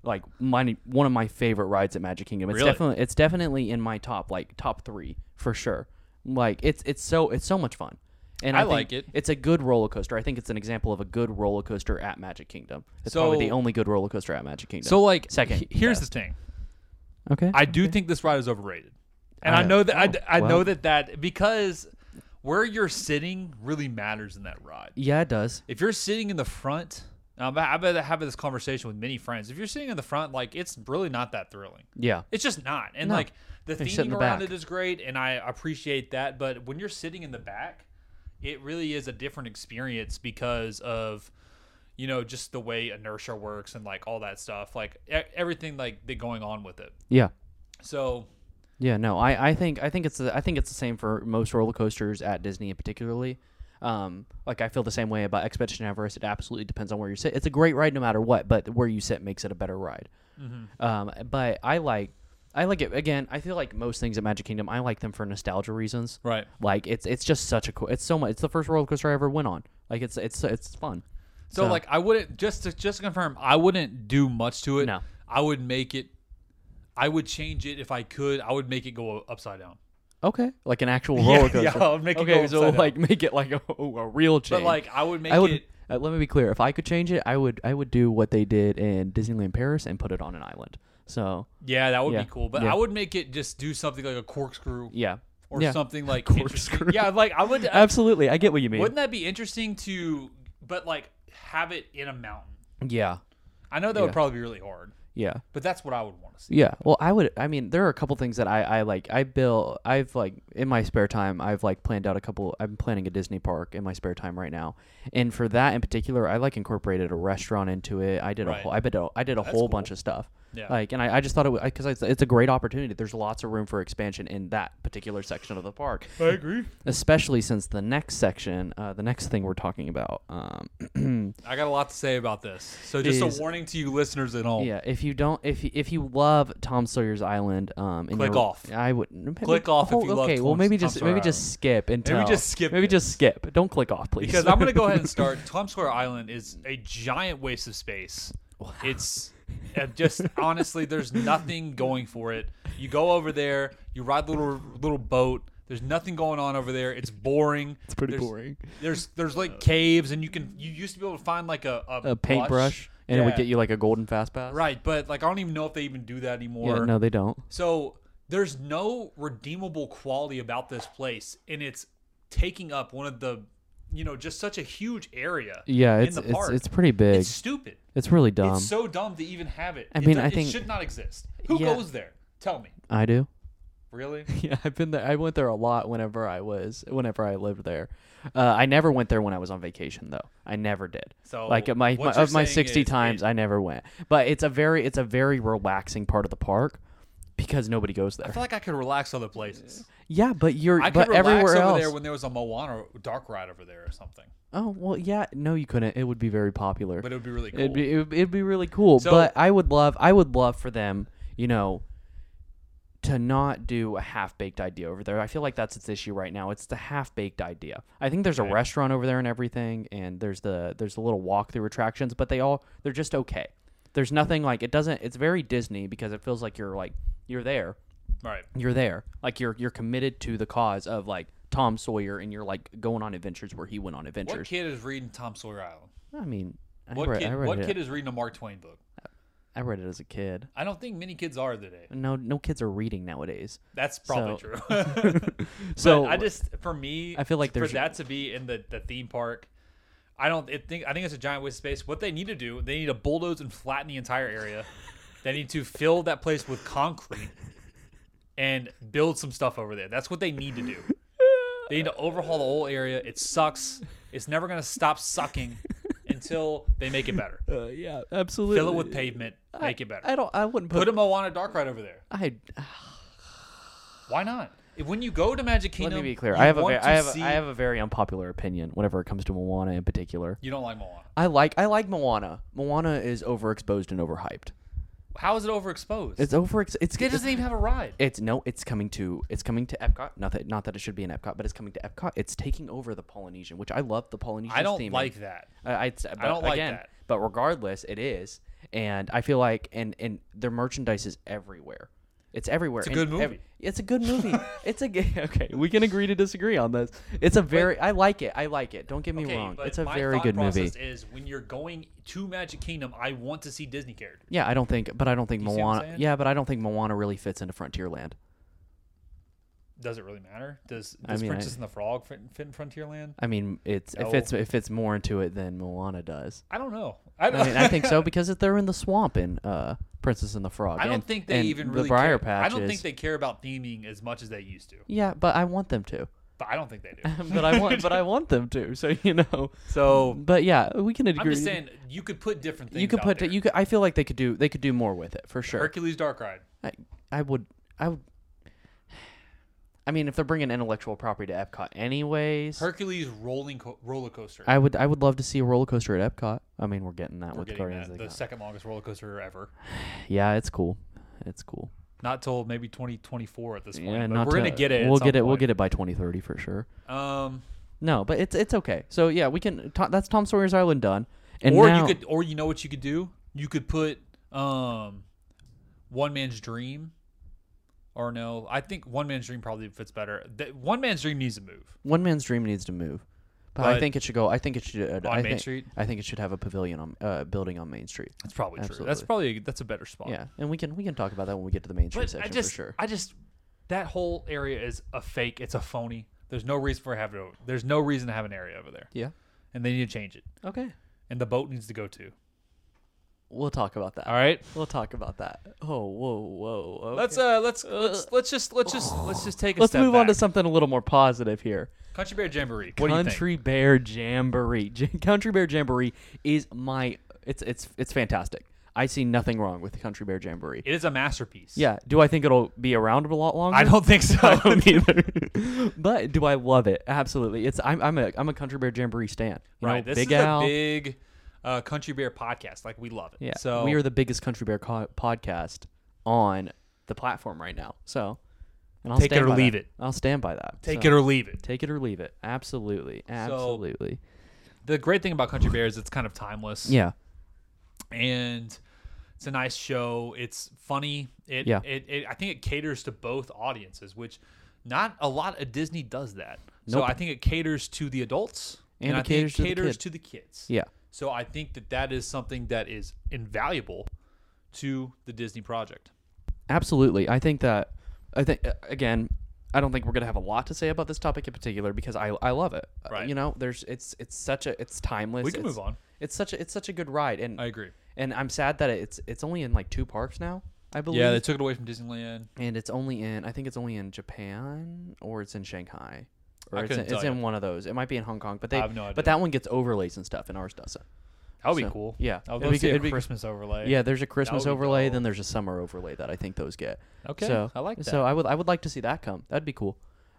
[SPEAKER 1] like my one of my favorite rides at Magic Kingdom. It's
[SPEAKER 2] Really?
[SPEAKER 1] definitely it's definitely in my top like top three for sure. Like it's it's so it's so much fun. And
[SPEAKER 2] I
[SPEAKER 1] I, think
[SPEAKER 2] like it.
[SPEAKER 1] It's a good roller coaster. I think it's an example of a good roller coaster at Magic Kingdom. It's probably the
[SPEAKER 2] So-
[SPEAKER 1] only good roller coaster at Magic Kingdom.
[SPEAKER 2] So like
[SPEAKER 1] Second
[SPEAKER 2] he- here's
[SPEAKER 1] best.
[SPEAKER 2] the thing.
[SPEAKER 1] okay,
[SPEAKER 2] I do think this ride is overrated, and I,
[SPEAKER 1] I-
[SPEAKER 2] know that I d- I,
[SPEAKER 1] well-
[SPEAKER 2] know that that because where you're sitting really matters in that ride.
[SPEAKER 1] yeah, it does.
[SPEAKER 2] If you're sitting in the front, um, I- I've been having this conversation with many friends. If you're sitting in the front, like it's really not that thrilling.
[SPEAKER 1] Yeah,
[SPEAKER 2] It's just not, and
[SPEAKER 1] No.
[SPEAKER 2] like the
[SPEAKER 1] You sit in
[SPEAKER 2] theming
[SPEAKER 1] the
[SPEAKER 2] around
[SPEAKER 1] back.
[SPEAKER 2] it is great, and I appreciate that. But when you're sitting in the back, it really is a different experience because of you know just the way inertia works and like all that stuff, like e- everything like the going on with it.
[SPEAKER 1] yeah.
[SPEAKER 2] So
[SPEAKER 1] Yeah, no, I, I think I think it's the, I think it's the same for most roller coasters at Disney, particularly. Um, like I feel the same way about Expedition Everest. It absolutely depends on where you sit. It's a great ride no matter what, but where you sit makes it a better ride.
[SPEAKER 2] Mm-hmm.
[SPEAKER 1] Um, but I like I like it again. I feel like most things at Magic Kingdom, I like them for nostalgia reasons.
[SPEAKER 2] Right.
[SPEAKER 1] Like it's it's just such a cool. It's so much. It's the first roller coaster I ever went on. Like it's it's it's fun.
[SPEAKER 2] So, like I wouldn't just to just to confirm, I wouldn't do much to it.
[SPEAKER 1] No.
[SPEAKER 2] I would make it I would change it if I could. I would make it go upside down.
[SPEAKER 1] okay, like an actual
[SPEAKER 2] Yeah,
[SPEAKER 1] roller coaster.
[SPEAKER 2] yeah, I'll make it
[SPEAKER 1] okay,
[SPEAKER 2] go
[SPEAKER 1] so
[SPEAKER 2] upside down.
[SPEAKER 1] like make it like a, a real change.
[SPEAKER 2] But like I would make
[SPEAKER 1] I would.
[SPEAKER 2] it
[SPEAKER 1] uh, let me be clear. If I could change it, I would. I would do what they did in Disneyland Paris and put it on an island. So
[SPEAKER 2] Yeah, that would
[SPEAKER 1] Yeah,
[SPEAKER 2] be cool. But
[SPEAKER 1] yeah.
[SPEAKER 2] I would make it just do something like a corkscrew
[SPEAKER 1] yeah,
[SPEAKER 2] or
[SPEAKER 1] yeah.
[SPEAKER 2] something like
[SPEAKER 1] Corkscrew.
[SPEAKER 2] interesting. Yeah, like I would
[SPEAKER 1] Absolutely, I get what you mean.
[SPEAKER 2] Wouldn't that be interesting to, but like have it in a mountain?
[SPEAKER 1] yeah,
[SPEAKER 2] I know that
[SPEAKER 1] Yeah.
[SPEAKER 2] would probably be really hard,
[SPEAKER 1] yeah.
[SPEAKER 2] but that's what I would want to see.
[SPEAKER 1] Yeah. Well, I would. I mean, there are a couple things that I, I like. I built. I've like in my spare time. I've like planned out a couple. I'm planning a Disney park in my spare time right now, and for that in particular, I like incorporated a restaurant into it. I did a
[SPEAKER 2] Right.
[SPEAKER 1] whole. I did a. I did a
[SPEAKER 2] That's
[SPEAKER 1] whole
[SPEAKER 2] cool.
[SPEAKER 1] bunch of stuff.
[SPEAKER 2] Yeah.
[SPEAKER 1] Like, and I, I just thought it because it's, it's a great opportunity. There's lots of room for expansion in that particular section of the park,
[SPEAKER 2] I agree.
[SPEAKER 1] especially since the next section, uh, the next thing we're talking about. Um,
[SPEAKER 2] I got a lot to say about this. So just
[SPEAKER 1] Is-
[SPEAKER 2] a warning to you listeners at home.
[SPEAKER 1] Yeah, if you don't, if you, if you love Tom Sawyer's Island, um, and
[SPEAKER 2] Click
[SPEAKER 1] you're-
[SPEAKER 2] off.
[SPEAKER 1] I would maybe-
[SPEAKER 2] Click off if
[SPEAKER 1] oh,
[SPEAKER 2] you love
[SPEAKER 1] Okay, well
[SPEAKER 2] Tom-
[SPEAKER 1] maybe
[SPEAKER 2] Tom
[SPEAKER 1] just
[SPEAKER 2] Sawyer
[SPEAKER 1] maybe just
[SPEAKER 2] Island.
[SPEAKER 1] skip and
[SPEAKER 2] Maybe
[SPEAKER 1] tell.
[SPEAKER 2] just skip
[SPEAKER 1] Maybe
[SPEAKER 2] it.
[SPEAKER 1] just skip. Don't click off, please.
[SPEAKER 2] Because I'm gonna go ahead and start. Tom Square Island is a giant waste of space. It's uh, just honestly, there's nothing going for it. You go over there, you ride the little little boat. There's nothing going on over there. It's boring. It's
[SPEAKER 1] pretty
[SPEAKER 2] there's,
[SPEAKER 1] boring.
[SPEAKER 2] There's there's like caves, and you can you used to be able to find like a a,
[SPEAKER 1] a paintbrush,
[SPEAKER 2] blush.
[SPEAKER 1] and it would
[SPEAKER 2] Yeah.
[SPEAKER 1] get you like a golden fast pass.
[SPEAKER 2] right. But like I don't even know if they even do that
[SPEAKER 1] Yeah,
[SPEAKER 2] anymore.
[SPEAKER 1] no, they don't.
[SPEAKER 2] So there's no redeemable quality about this place, and it's taking up one of the, you know, just such a huge area.
[SPEAKER 1] Yeah,
[SPEAKER 2] in
[SPEAKER 1] it's
[SPEAKER 2] the
[SPEAKER 1] it's,
[SPEAKER 2] park.
[SPEAKER 1] it's pretty big.
[SPEAKER 2] It's
[SPEAKER 1] It's,
[SPEAKER 2] stupid.
[SPEAKER 1] really dumb.
[SPEAKER 2] it's so dumb to even have it.
[SPEAKER 1] I
[SPEAKER 2] It
[SPEAKER 1] mean,
[SPEAKER 2] do-
[SPEAKER 1] I think-
[SPEAKER 2] it should not exist. Who
[SPEAKER 1] Yeah.
[SPEAKER 2] goes there? Tell me.
[SPEAKER 1] I do.
[SPEAKER 2] Really?
[SPEAKER 1] Yeah, I've been there. I went there a lot whenever I was whenever I lived there. Uh, I never went there when I was on vacation though. I never did.
[SPEAKER 2] So
[SPEAKER 1] like at my,
[SPEAKER 2] what
[SPEAKER 1] my
[SPEAKER 2] you're
[SPEAKER 1] of my
[SPEAKER 2] saying
[SPEAKER 1] 60
[SPEAKER 2] is
[SPEAKER 1] times
[SPEAKER 2] it-
[SPEAKER 1] I never went. But it's a very it's a very relaxing part of the park because nobody goes
[SPEAKER 2] I
[SPEAKER 1] there.
[SPEAKER 2] feel like I could relax other places.
[SPEAKER 1] Yeah, but you're
[SPEAKER 2] I could
[SPEAKER 1] but
[SPEAKER 2] relax
[SPEAKER 1] everywhere
[SPEAKER 2] over
[SPEAKER 1] else.
[SPEAKER 2] there when there was a Moana dark ride over there or something.
[SPEAKER 1] oh, well yeah, no you couldn't. It would be very popular.
[SPEAKER 2] But it would be really cool.
[SPEAKER 1] It'd be it would, it'd be really cool,
[SPEAKER 2] So-
[SPEAKER 1] but I would love I would love for them, you know, to not do a half baked idea over there. I feel like that's its issue right now. It's the half baked idea. I think there's a restaurant over there and everything, and there's the there's the little walk through attractions, but they all they're just okay. There's nothing like it doesn't. It's very Disney because it feels like you're like you're there,
[SPEAKER 2] right.
[SPEAKER 1] you're there, like you're you're committed to the cause of like Tom Sawyer, and you're like going on adventures where he went on
[SPEAKER 2] What
[SPEAKER 1] adventures.
[SPEAKER 2] kid is reading Tom Sawyer Island?
[SPEAKER 1] I mean, I
[SPEAKER 2] What
[SPEAKER 1] read,
[SPEAKER 2] kid?
[SPEAKER 1] I read
[SPEAKER 2] What
[SPEAKER 1] it.
[SPEAKER 2] kid is reading a Mark Twain book?
[SPEAKER 1] I read it as a kid.
[SPEAKER 2] I don't think many kids are today.
[SPEAKER 1] no no kids are reading nowadays.
[SPEAKER 2] That's probably
[SPEAKER 1] So-
[SPEAKER 2] true.
[SPEAKER 1] So
[SPEAKER 2] I just for me,
[SPEAKER 1] I feel like
[SPEAKER 2] for
[SPEAKER 1] there's-
[SPEAKER 2] that to be in the, the theme park, I don't it think I think it's a giant waste of space. What they need to do, they need to bulldoze and flatten the entire area. they need to fill that place with concrete and build some stuff over there. That's what they need to do. They need to overhaul the whole area. It sucks. It's never gonna stop sucking until they make it better.
[SPEAKER 1] uh, yeah, absolutely.
[SPEAKER 2] Fill it with pavement. Make it better.
[SPEAKER 1] I don't. I wouldn't put.
[SPEAKER 2] Put a Moana Dark Ride over there.
[SPEAKER 1] I
[SPEAKER 2] Why not? If- When you go to Magic
[SPEAKER 1] let
[SPEAKER 2] Kingdom,
[SPEAKER 1] me be clear.
[SPEAKER 2] you
[SPEAKER 1] I have a.
[SPEAKER 2] want
[SPEAKER 1] Very,
[SPEAKER 2] to
[SPEAKER 1] I have.
[SPEAKER 2] see-
[SPEAKER 1] A, I have a very unpopular opinion whenever it comes to Moana in particular.
[SPEAKER 2] You don't like Moana.
[SPEAKER 1] I like. I like Moana. Moana is overexposed and overhyped.
[SPEAKER 2] How is it overexposed?
[SPEAKER 1] It's over. It's.
[SPEAKER 2] it doesn't even have a ride.
[SPEAKER 1] It's no. It's coming to. It's coming to Epcot. Not that. Not that it should be in Epcot, but it's coming to Epcot. It's taking over the Polynesian, which I love. The Polynesian.
[SPEAKER 2] I don't
[SPEAKER 1] theming.
[SPEAKER 2] like that.
[SPEAKER 1] I, I, but
[SPEAKER 2] don't like
[SPEAKER 1] again,
[SPEAKER 2] that.
[SPEAKER 1] But regardless, it is, and I feel like and and their merchandise is everywhere. It's everywhere. It's
[SPEAKER 2] a good movie.
[SPEAKER 1] it's a good movie. it's a g- okay. We can agree to disagree on this. It's a very. I like it. I like it. Don't get me wrong. It's a very good movie.
[SPEAKER 2] Is when you're going to Magic Kingdom, I want to see Disney characters.
[SPEAKER 1] Yeah, I don't think, but I don't think
[SPEAKER 2] see what I'm
[SPEAKER 1] Moana.
[SPEAKER 2] saying?
[SPEAKER 1] Yeah, but I don't think Moana really fits into Frontierland.
[SPEAKER 2] Does it really matter? Does, does
[SPEAKER 1] I mean,
[SPEAKER 2] Princess
[SPEAKER 1] I-
[SPEAKER 2] and the Frog fit, fit in Frontierland?
[SPEAKER 1] I mean, it's
[SPEAKER 2] No.
[SPEAKER 1] if it's if it's more into it than Moana does.
[SPEAKER 2] I don't know. I don't.
[SPEAKER 1] I mean, I think so because if they're in the swamp in uh, Princess and the Frog.
[SPEAKER 2] I don't
[SPEAKER 1] and-
[SPEAKER 2] think they
[SPEAKER 1] and
[SPEAKER 2] even
[SPEAKER 1] the
[SPEAKER 2] really.
[SPEAKER 1] Briar
[SPEAKER 2] care. I don't
[SPEAKER 1] Patch
[SPEAKER 2] think
[SPEAKER 1] is-
[SPEAKER 2] they care about theming as much as they used to.
[SPEAKER 1] Yeah, but I want them to.
[SPEAKER 2] But I don't think they do.
[SPEAKER 1] but I want but I want them to. So you know.
[SPEAKER 2] so
[SPEAKER 1] But yeah, we can agree.
[SPEAKER 2] I'm just saying you could put different things.
[SPEAKER 1] you could
[SPEAKER 2] out
[SPEAKER 1] put
[SPEAKER 2] there.
[SPEAKER 1] you could. I feel like they could do they could do more with it for sure.
[SPEAKER 2] Hercules Dark Ride.
[SPEAKER 1] I, I would I would I mean, if they're bringing intellectual property to Epcot, anyways,
[SPEAKER 2] Hercules rolling co- roller coaster.
[SPEAKER 1] I would I would love to see a roller coaster at Epcot. I mean, we're getting that
[SPEAKER 2] We're
[SPEAKER 1] with
[SPEAKER 2] getting
[SPEAKER 1] Guardians
[SPEAKER 2] that,
[SPEAKER 1] of
[SPEAKER 2] the
[SPEAKER 1] the Galaxy.
[SPEAKER 2] second longest roller coaster ever.
[SPEAKER 1] Yeah, it's cool. It's cool.
[SPEAKER 2] Not till maybe 2024 at this point.
[SPEAKER 1] Yeah,
[SPEAKER 2] but
[SPEAKER 1] not
[SPEAKER 2] we're gonna
[SPEAKER 1] to-
[SPEAKER 2] get it. at
[SPEAKER 1] We'll
[SPEAKER 2] some
[SPEAKER 1] get it. We'll
[SPEAKER 2] point.
[SPEAKER 1] get it by 2030 for sure.
[SPEAKER 2] Um,
[SPEAKER 1] No, but it's it's okay. So yeah, we can. To, that's Tom Sawyer's Island done. And
[SPEAKER 2] or
[SPEAKER 1] now,
[SPEAKER 2] you could, or you know what you could do? You could put um, One Man's Dream, or no? I think One Man's Dream probably fits better. That One Man's Dream needs to move.
[SPEAKER 1] One Man's Dream needs to move, but, I
[SPEAKER 2] But-
[SPEAKER 1] think it should go. I think it should. uh,
[SPEAKER 2] On
[SPEAKER 1] I
[SPEAKER 2] Main
[SPEAKER 1] think,
[SPEAKER 2] Street?
[SPEAKER 1] I think it should have a pavilion on uh, building on Main Street.
[SPEAKER 2] That's probably true. That's
[SPEAKER 1] Absolutely.
[SPEAKER 2] probably that's a better spot.
[SPEAKER 1] Yeah, and we can we can talk about that when we get to the Main Street
[SPEAKER 2] but I
[SPEAKER 1] section
[SPEAKER 2] just,
[SPEAKER 1] for sure.
[SPEAKER 2] I just that whole area is a fake. It's a phony. There's no reason for having it. There's no reason to have an area over there,
[SPEAKER 1] yeah.
[SPEAKER 2] and they need to change it.
[SPEAKER 1] Okay.
[SPEAKER 2] And the boat needs to go too.
[SPEAKER 1] We'll talk about that.
[SPEAKER 2] All right.
[SPEAKER 1] We'll talk about that. Oh, whoa, whoa. Okay.
[SPEAKER 2] Let's uh let's let's let's just let's just let's just take a
[SPEAKER 1] Let's
[SPEAKER 2] step
[SPEAKER 1] move on to
[SPEAKER 2] back.
[SPEAKER 1] something a little more positive here.
[SPEAKER 2] Country Bear Jamboree. What
[SPEAKER 1] Country Bear Jamboree. Jam- Country Bear Jamboree is my it's it's it's fantastic. I see nothing wrong with Country Bear Jamboree.
[SPEAKER 2] do you think? It is a masterpiece.
[SPEAKER 1] yeah, do I think it'll be around a lot longer?
[SPEAKER 2] I don't think so.
[SPEAKER 1] don't either. but do I love it? Absolutely. It's I'm I'm a I'm a Country Bear Jamboree stan. You
[SPEAKER 2] right.
[SPEAKER 1] Know,
[SPEAKER 2] this
[SPEAKER 1] Big
[SPEAKER 2] is
[SPEAKER 1] Al.
[SPEAKER 2] a big uh, Country Bear podcast. Like we love it.
[SPEAKER 1] yeah.
[SPEAKER 2] So
[SPEAKER 1] we are the biggest Country Bear co- podcast on the platform right now. So, and I'll
[SPEAKER 2] Take it
[SPEAKER 1] stand
[SPEAKER 2] or
[SPEAKER 1] by
[SPEAKER 2] leave
[SPEAKER 1] that.
[SPEAKER 2] it.
[SPEAKER 1] I'll stand by that.
[SPEAKER 2] take
[SPEAKER 1] So,
[SPEAKER 2] it or leave it.
[SPEAKER 1] take it or leave it. Absolutely. Absolutely.
[SPEAKER 2] The great thing about Country Bear is it's kind of timeless.
[SPEAKER 1] yeah.
[SPEAKER 2] and it's a nice show. It's funny. It,
[SPEAKER 1] Yeah.
[SPEAKER 2] it, it I think it caters to both audiences, which not a lot of Disney does that. So
[SPEAKER 1] Nope.
[SPEAKER 2] I think it caters to the adults
[SPEAKER 1] And it
[SPEAKER 2] I
[SPEAKER 1] caters
[SPEAKER 2] think
[SPEAKER 1] to the
[SPEAKER 2] caters
[SPEAKER 1] kid.
[SPEAKER 2] to the kids.
[SPEAKER 1] Yeah.
[SPEAKER 2] So I think that that is something that is invaluable to the Disney project.
[SPEAKER 1] Absolutely. I think that I think uh, again, I don't think we're going to have a lot to say about this topic in particular because I I love it. Uh,
[SPEAKER 2] Right.
[SPEAKER 1] you know, there's it's it's such a it's timeless.
[SPEAKER 2] We can
[SPEAKER 1] It's-
[SPEAKER 2] move on.
[SPEAKER 1] It's such a it's such a good ride and
[SPEAKER 2] I agree.
[SPEAKER 1] and I'm sad that it's it's only in like two parks now, I believe.
[SPEAKER 2] Yeah, they took it away from Disneyland.
[SPEAKER 1] and it's only in I think it's only in Japan or it's in Shanghai. Or
[SPEAKER 2] I
[SPEAKER 1] it's, in,
[SPEAKER 2] couldn't tell
[SPEAKER 1] it's in one of those. It might be in Hong Kong, but they
[SPEAKER 2] I have no
[SPEAKER 1] but
[SPEAKER 2] idea.
[SPEAKER 1] that one gets overlays and stuff, and ours doesn't.
[SPEAKER 2] That would be
[SPEAKER 1] So,
[SPEAKER 2] cool.
[SPEAKER 1] yeah.
[SPEAKER 2] I
[SPEAKER 1] It'd
[SPEAKER 2] would love
[SPEAKER 1] be
[SPEAKER 2] to
[SPEAKER 1] good-
[SPEAKER 2] see a
[SPEAKER 1] it'd be-
[SPEAKER 2] Christmas overlay.
[SPEAKER 1] Yeah, there's a Christmas
[SPEAKER 2] would be
[SPEAKER 1] overlay,
[SPEAKER 2] dope.
[SPEAKER 1] then there's a summer overlay that I think those get.
[SPEAKER 2] Okay,
[SPEAKER 1] so,
[SPEAKER 2] I like
[SPEAKER 1] So I would I would like to see that come. That'd be cool.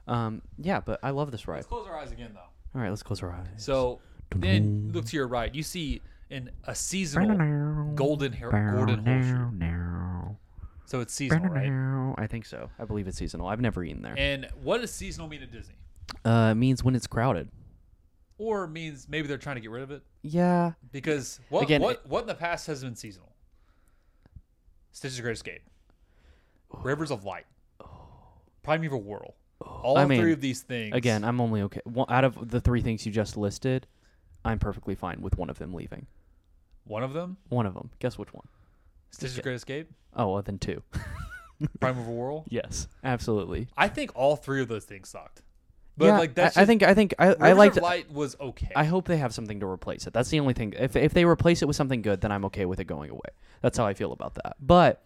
[SPEAKER 1] Um, yeah, but I love this ride.
[SPEAKER 2] Let's close our eyes again, though.
[SPEAKER 1] All right, let's close our eyes.
[SPEAKER 2] So then look to your right. You see an a seasonal golden hair golden horseshoe. So it's seasonal, right?
[SPEAKER 1] I think so. I believe it's seasonal. I've never eaten there.
[SPEAKER 2] And what does seasonal mean at Disney?
[SPEAKER 1] Uh, it means when it's crowded.
[SPEAKER 2] Or it means maybe they're trying to get rid of it
[SPEAKER 1] Yeah.
[SPEAKER 2] because what
[SPEAKER 1] Again,
[SPEAKER 2] what what in the past has been seasonal? Stitches Great Escape, Rivers of Light, Primeval Whirl. All
[SPEAKER 1] I mean,
[SPEAKER 2] three of these things.
[SPEAKER 1] Again, I'm only okay. One, out of the three things you just listed, I'm perfectly fine with one of them leaving.
[SPEAKER 2] one of them,
[SPEAKER 1] One of them. Guess which one?
[SPEAKER 2] Stitches Great Escape,
[SPEAKER 1] Oh, well, then two.
[SPEAKER 2] Primeval Whirl.
[SPEAKER 1] yes, absolutely.
[SPEAKER 2] I think all three of those things sucked. But
[SPEAKER 1] yeah,
[SPEAKER 2] like that's
[SPEAKER 1] I, I
[SPEAKER 2] just-
[SPEAKER 1] think I think I, I
[SPEAKER 2] Rivers
[SPEAKER 1] like
[SPEAKER 2] of Light was okay.
[SPEAKER 1] I hope they have something to replace it. That's the only thing. If if they replace it with something good, then I'm okay with it going away. That's how I feel about that. But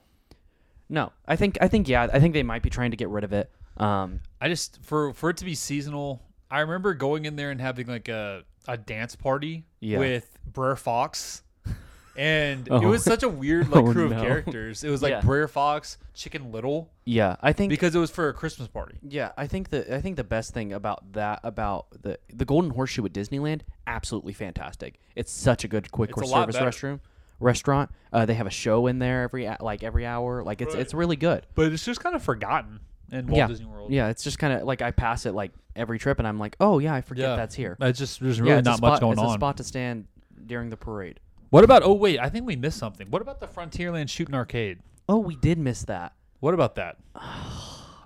[SPEAKER 1] no, I think I think yeah, I think they might be trying to get rid of it. Um,
[SPEAKER 2] I just for for it to be seasonal. I remember going in there and having like a a dance party
[SPEAKER 1] Yeah.
[SPEAKER 2] with Brer Fox, and it
[SPEAKER 1] Oh.
[SPEAKER 2] was such a weird like
[SPEAKER 1] Oh,
[SPEAKER 2] crew
[SPEAKER 1] no.
[SPEAKER 2] of characters. It was like
[SPEAKER 1] Yeah.
[SPEAKER 2] Brer Fox, Chicken Little,
[SPEAKER 1] yeah, I think
[SPEAKER 2] because it was for a Christmas party.
[SPEAKER 1] yeah, I think the I think the best thing about that about the the Golden Horseshoe at Disneyland, absolutely fantastic. It's such a good quick
[SPEAKER 2] It's a lot
[SPEAKER 1] service
[SPEAKER 2] better.
[SPEAKER 1] restroom restaurant. Uh, they have a show in there every hou- like every hour. Like it's it's really good.
[SPEAKER 2] But it's just kind of forgotten in Walt
[SPEAKER 1] yeah,
[SPEAKER 2] Disney World.
[SPEAKER 1] yeah, it's just kind of like I pass it like every trip, and I'm like, oh yeah, I forget that's here.
[SPEAKER 2] It's just there's really
[SPEAKER 1] it's a
[SPEAKER 2] not much
[SPEAKER 1] spot-
[SPEAKER 2] going
[SPEAKER 1] it's
[SPEAKER 2] on.
[SPEAKER 1] a spot to stand during the parade.
[SPEAKER 2] What about? Oh wait, I think we missed something. What about the Frontierland shooting arcade?
[SPEAKER 1] Oh, we did miss that.
[SPEAKER 2] What about that?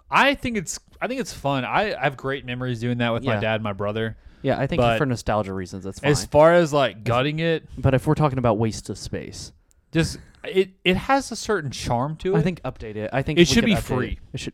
[SPEAKER 2] I think it's I think it's fun. I, I have great memories doing that with my
[SPEAKER 1] Yeah.
[SPEAKER 2] dad, and my brother.
[SPEAKER 1] Yeah, I think
[SPEAKER 2] But-
[SPEAKER 1] for nostalgia reasons, that's fine.
[SPEAKER 2] As far as like gutting it,
[SPEAKER 1] but if we're talking about waste of space,
[SPEAKER 2] just it it has a certain charm to it.
[SPEAKER 1] I think update it. I think
[SPEAKER 2] It
[SPEAKER 1] if we
[SPEAKER 2] should
[SPEAKER 1] could
[SPEAKER 2] be
[SPEAKER 1] update
[SPEAKER 2] free.
[SPEAKER 1] It. it should.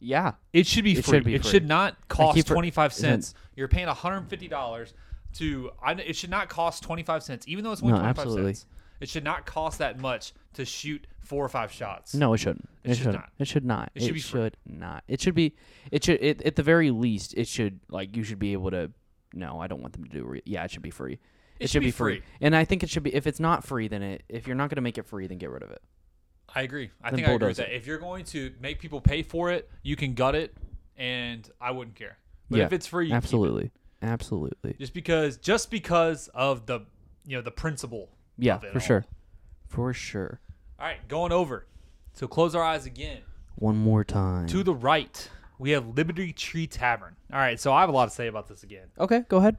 [SPEAKER 1] Yeah,
[SPEAKER 2] it should be
[SPEAKER 1] it
[SPEAKER 2] free.
[SPEAKER 1] should be
[SPEAKER 2] it
[SPEAKER 1] free.
[SPEAKER 2] should not cost
[SPEAKER 1] keep for-
[SPEAKER 2] twenty five
[SPEAKER 1] isn't-
[SPEAKER 2] cents. You're paying one hundred and fifty dollars to. I, kn- it should not cost twenty five cents, even though it's only
[SPEAKER 1] No,
[SPEAKER 2] twenty five
[SPEAKER 1] absolutely.
[SPEAKER 2] cents. It should not cost that much to shoot four or five shots.
[SPEAKER 1] no, it shouldn't. It,
[SPEAKER 2] should
[SPEAKER 1] should
[SPEAKER 2] not.
[SPEAKER 1] It should not. It
[SPEAKER 2] should
[SPEAKER 1] should,
[SPEAKER 2] be free.
[SPEAKER 1] not. It should be. It should. It, at the very least, it should like you should be able to. No, I don't want them to do. Re- yeah, it should be free. It, should be free. and I think it should be. If it's not free, then it. If you're not going to make it free, then get rid of it.
[SPEAKER 2] I agree. I
[SPEAKER 1] Then
[SPEAKER 2] think I agree
[SPEAKER 1] bulldoze
[SPEAKER 2] with that. If you're going to make people pay for it, you can gut it and I wouldn't care. But
[SPEAKER 1] Yeah,
[SPEAKER 2] if it's free, you keep it.
[SPEAKER 1] Absolutely. Absolutely.
[SPEAKER 2] just because just because of the you know the principle.
[SPEAKER 1] Yeah,
[SPEAKER 2] of it
[SPEAKER 1] for
[SPEAKER 2] all.
[SPEAKER 1] sure. For sure.
[SPEAKER 2] All right, going over. So close our eyes again.
[SPEAKER 1] One more time.
[SPEAKER 2] To the right, we have Liberty Tree Tavern. All right, so I have a lot to say about this again.
[SPEAKER 1] okay, go ahead.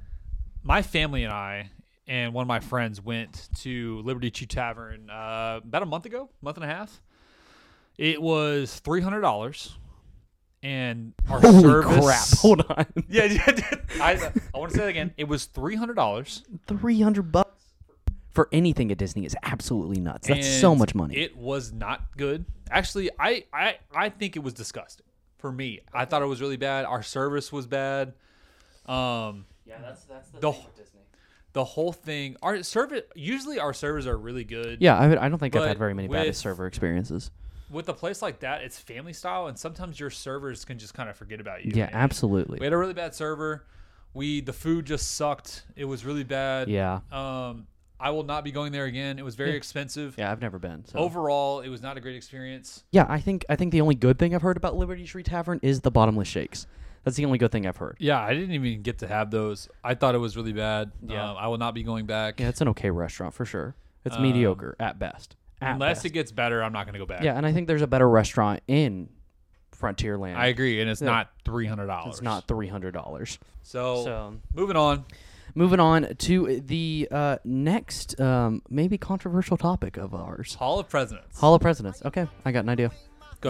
[SPEAKER 2] My family and I and one of my friends went to Liberty Tree Tavern uh, about a month ago, month and a half. It was three hundred dollars, and our service.
[SPEAKER 1] Hold on.
[SPEAKER 2] Yeah, yeah, dude. I, I want to say that again. It was three hundred dollars.
[SPEAKER 1] 300 bucks for anything at Disney is absolutely nuts. That's so
[SPEAKER 2] and
[SPEAKER 1] much money.
[SPEAKER 2] It was not good. Actually, I, I I think it was disgusting for me. I thought it was really bad. Our service was bad. Um,
[SPEAKER 1] yeah, that's that's
[SPEAKER 2] the thing with
[SPEAKER 1] Disney.
[SPEAKER 2] the whole thing. Our service usually our servers are really good.
[SPEAKER 1] Yeah, I, would- I don't think I've
[SPEAKER 2] But
[SPEAKER 1] had very many bad
[SPEAKER 2] with-
[SPEAKER 1] server experiences.
[SPEAKER 2] With a place like that, it's family style, and sometimes your servers can just kind of forget about you.
[SPEAKER 1] Yeah,
[SPEAKER 2] And
[SPEAKER 1] absolutely.
[SPEAKER 2] We had a really bad server. We the food just sucked. It was really bad.
[SPEAKER 1] Yeah.
[SPEAKER 2] Um, I will not be going there again. It was very expensive.
[SPEAKER 1] Yeah, I've never been. So.
[SPEAKER 2] Overall, it was not a great experience.
[SPEAKER 1] Oh. Yeah, I think I think the only good thing I've heard about Liberty Tree Tavern is the bottomless shakes. That's the only good thing I've heard.
[SPEAKER 2] Yeah, I didn't even get to have those. I thought it was really bad.
[SPEAKER 1] Yeah.
[SPEAKER 2] Um, I will not be going back.
[SPEAKER 1] Yeah, it's an okay restaurant for sure. It's mediocre at best. At
[SPEAKER 2] Unless
[SPEAKER 1] best.
[SPEAKER 2] it gets better, I'm not going to go back.
[SPEAKER 1] yeah, and I think there's a better restaurant in Frontierland.
[SPEAKER 2] I agree, and it's not three hundred dollars.
[SPEAKER 1] it's not three hundred dollars.
[SPEAKER 2] So,
[SPEAKER 1] So-
[SPEAKER 2] moving on.
[SPEAKER 1] Moving on to the uh, next, um, maybe controversial topic of ours:
[SPEAKER 2] Hall of Presidents.
[SPEAKER 1] Hall of Presidents. Okay, I got an idea.
[SPEAKER 2] go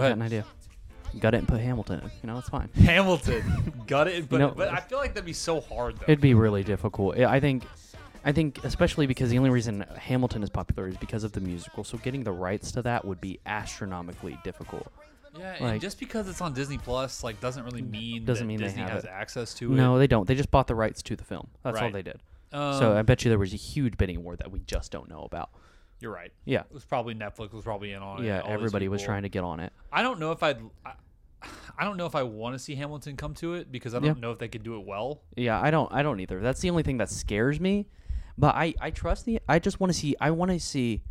[SPEAKER 1] I got
[SPEAKER 2] ahead.
[SPEAKER 1] an idea. Got it and put Hamilton. In. You know, it's fine.
[SPEAKER 2] Hamilton. Got it. But,
[SPEAKER 1] know-
[SPEAKER 2] but I feel like that'd be so hard though.
[SPEAKER 1] It'd be really difficult. Yeah, I think, I think especially because the only reason Hamilton is popular is because of the musical. So getting the rights to that would be astronomically difficult.
[SPEAKER 2] yeah,
[SPEAKER 1] like-
[SPEAKER 2] and just because it's on Disney Plus, like, doesn't really mean
[SPEAKER 1] Doesn't
[SPEAKER 2] that
[SPEAKER 1] mean they
[SPEAKER 2] Disney
[SPEAKER 1] have
[SPEAKER 2] has
[SPEAKER 1] it.
[SPEAKER 2] access to
[SPEAKER 1] No, they don't. They just bought the rights to the film. That's all
[SPEAKER 2] Right.
[SPEAKER 1] they did.
[SPEAKER 2] it. Um,
[SPEAKER 1] so I bet you there was a huge bidding war that we just don't know about.
[SPEAKER 2] you're right.
[SPEAKER 1] Yeah.
[SPEAKER 2] It was probably Netflix was probably in on it.
[SPEAKER 1] Yeah,
[SPEAKER 2] all these
[SPEAKER 1] everybody was
[SPEAKER 2] people.
[SPEAKER 1] trying to get on it.
[SPEAKER 2] I don't know if I'd. I, I don't know if I want to see Hamilton come to it because I don't
[SPEAKER 1] Yeah.
[SPEAKER 2] know if they could do it well.
[SPEAKER 1] Yeah, I don't I don't either. That's the only thing that scares me. But I I trust the I just want to see I want to see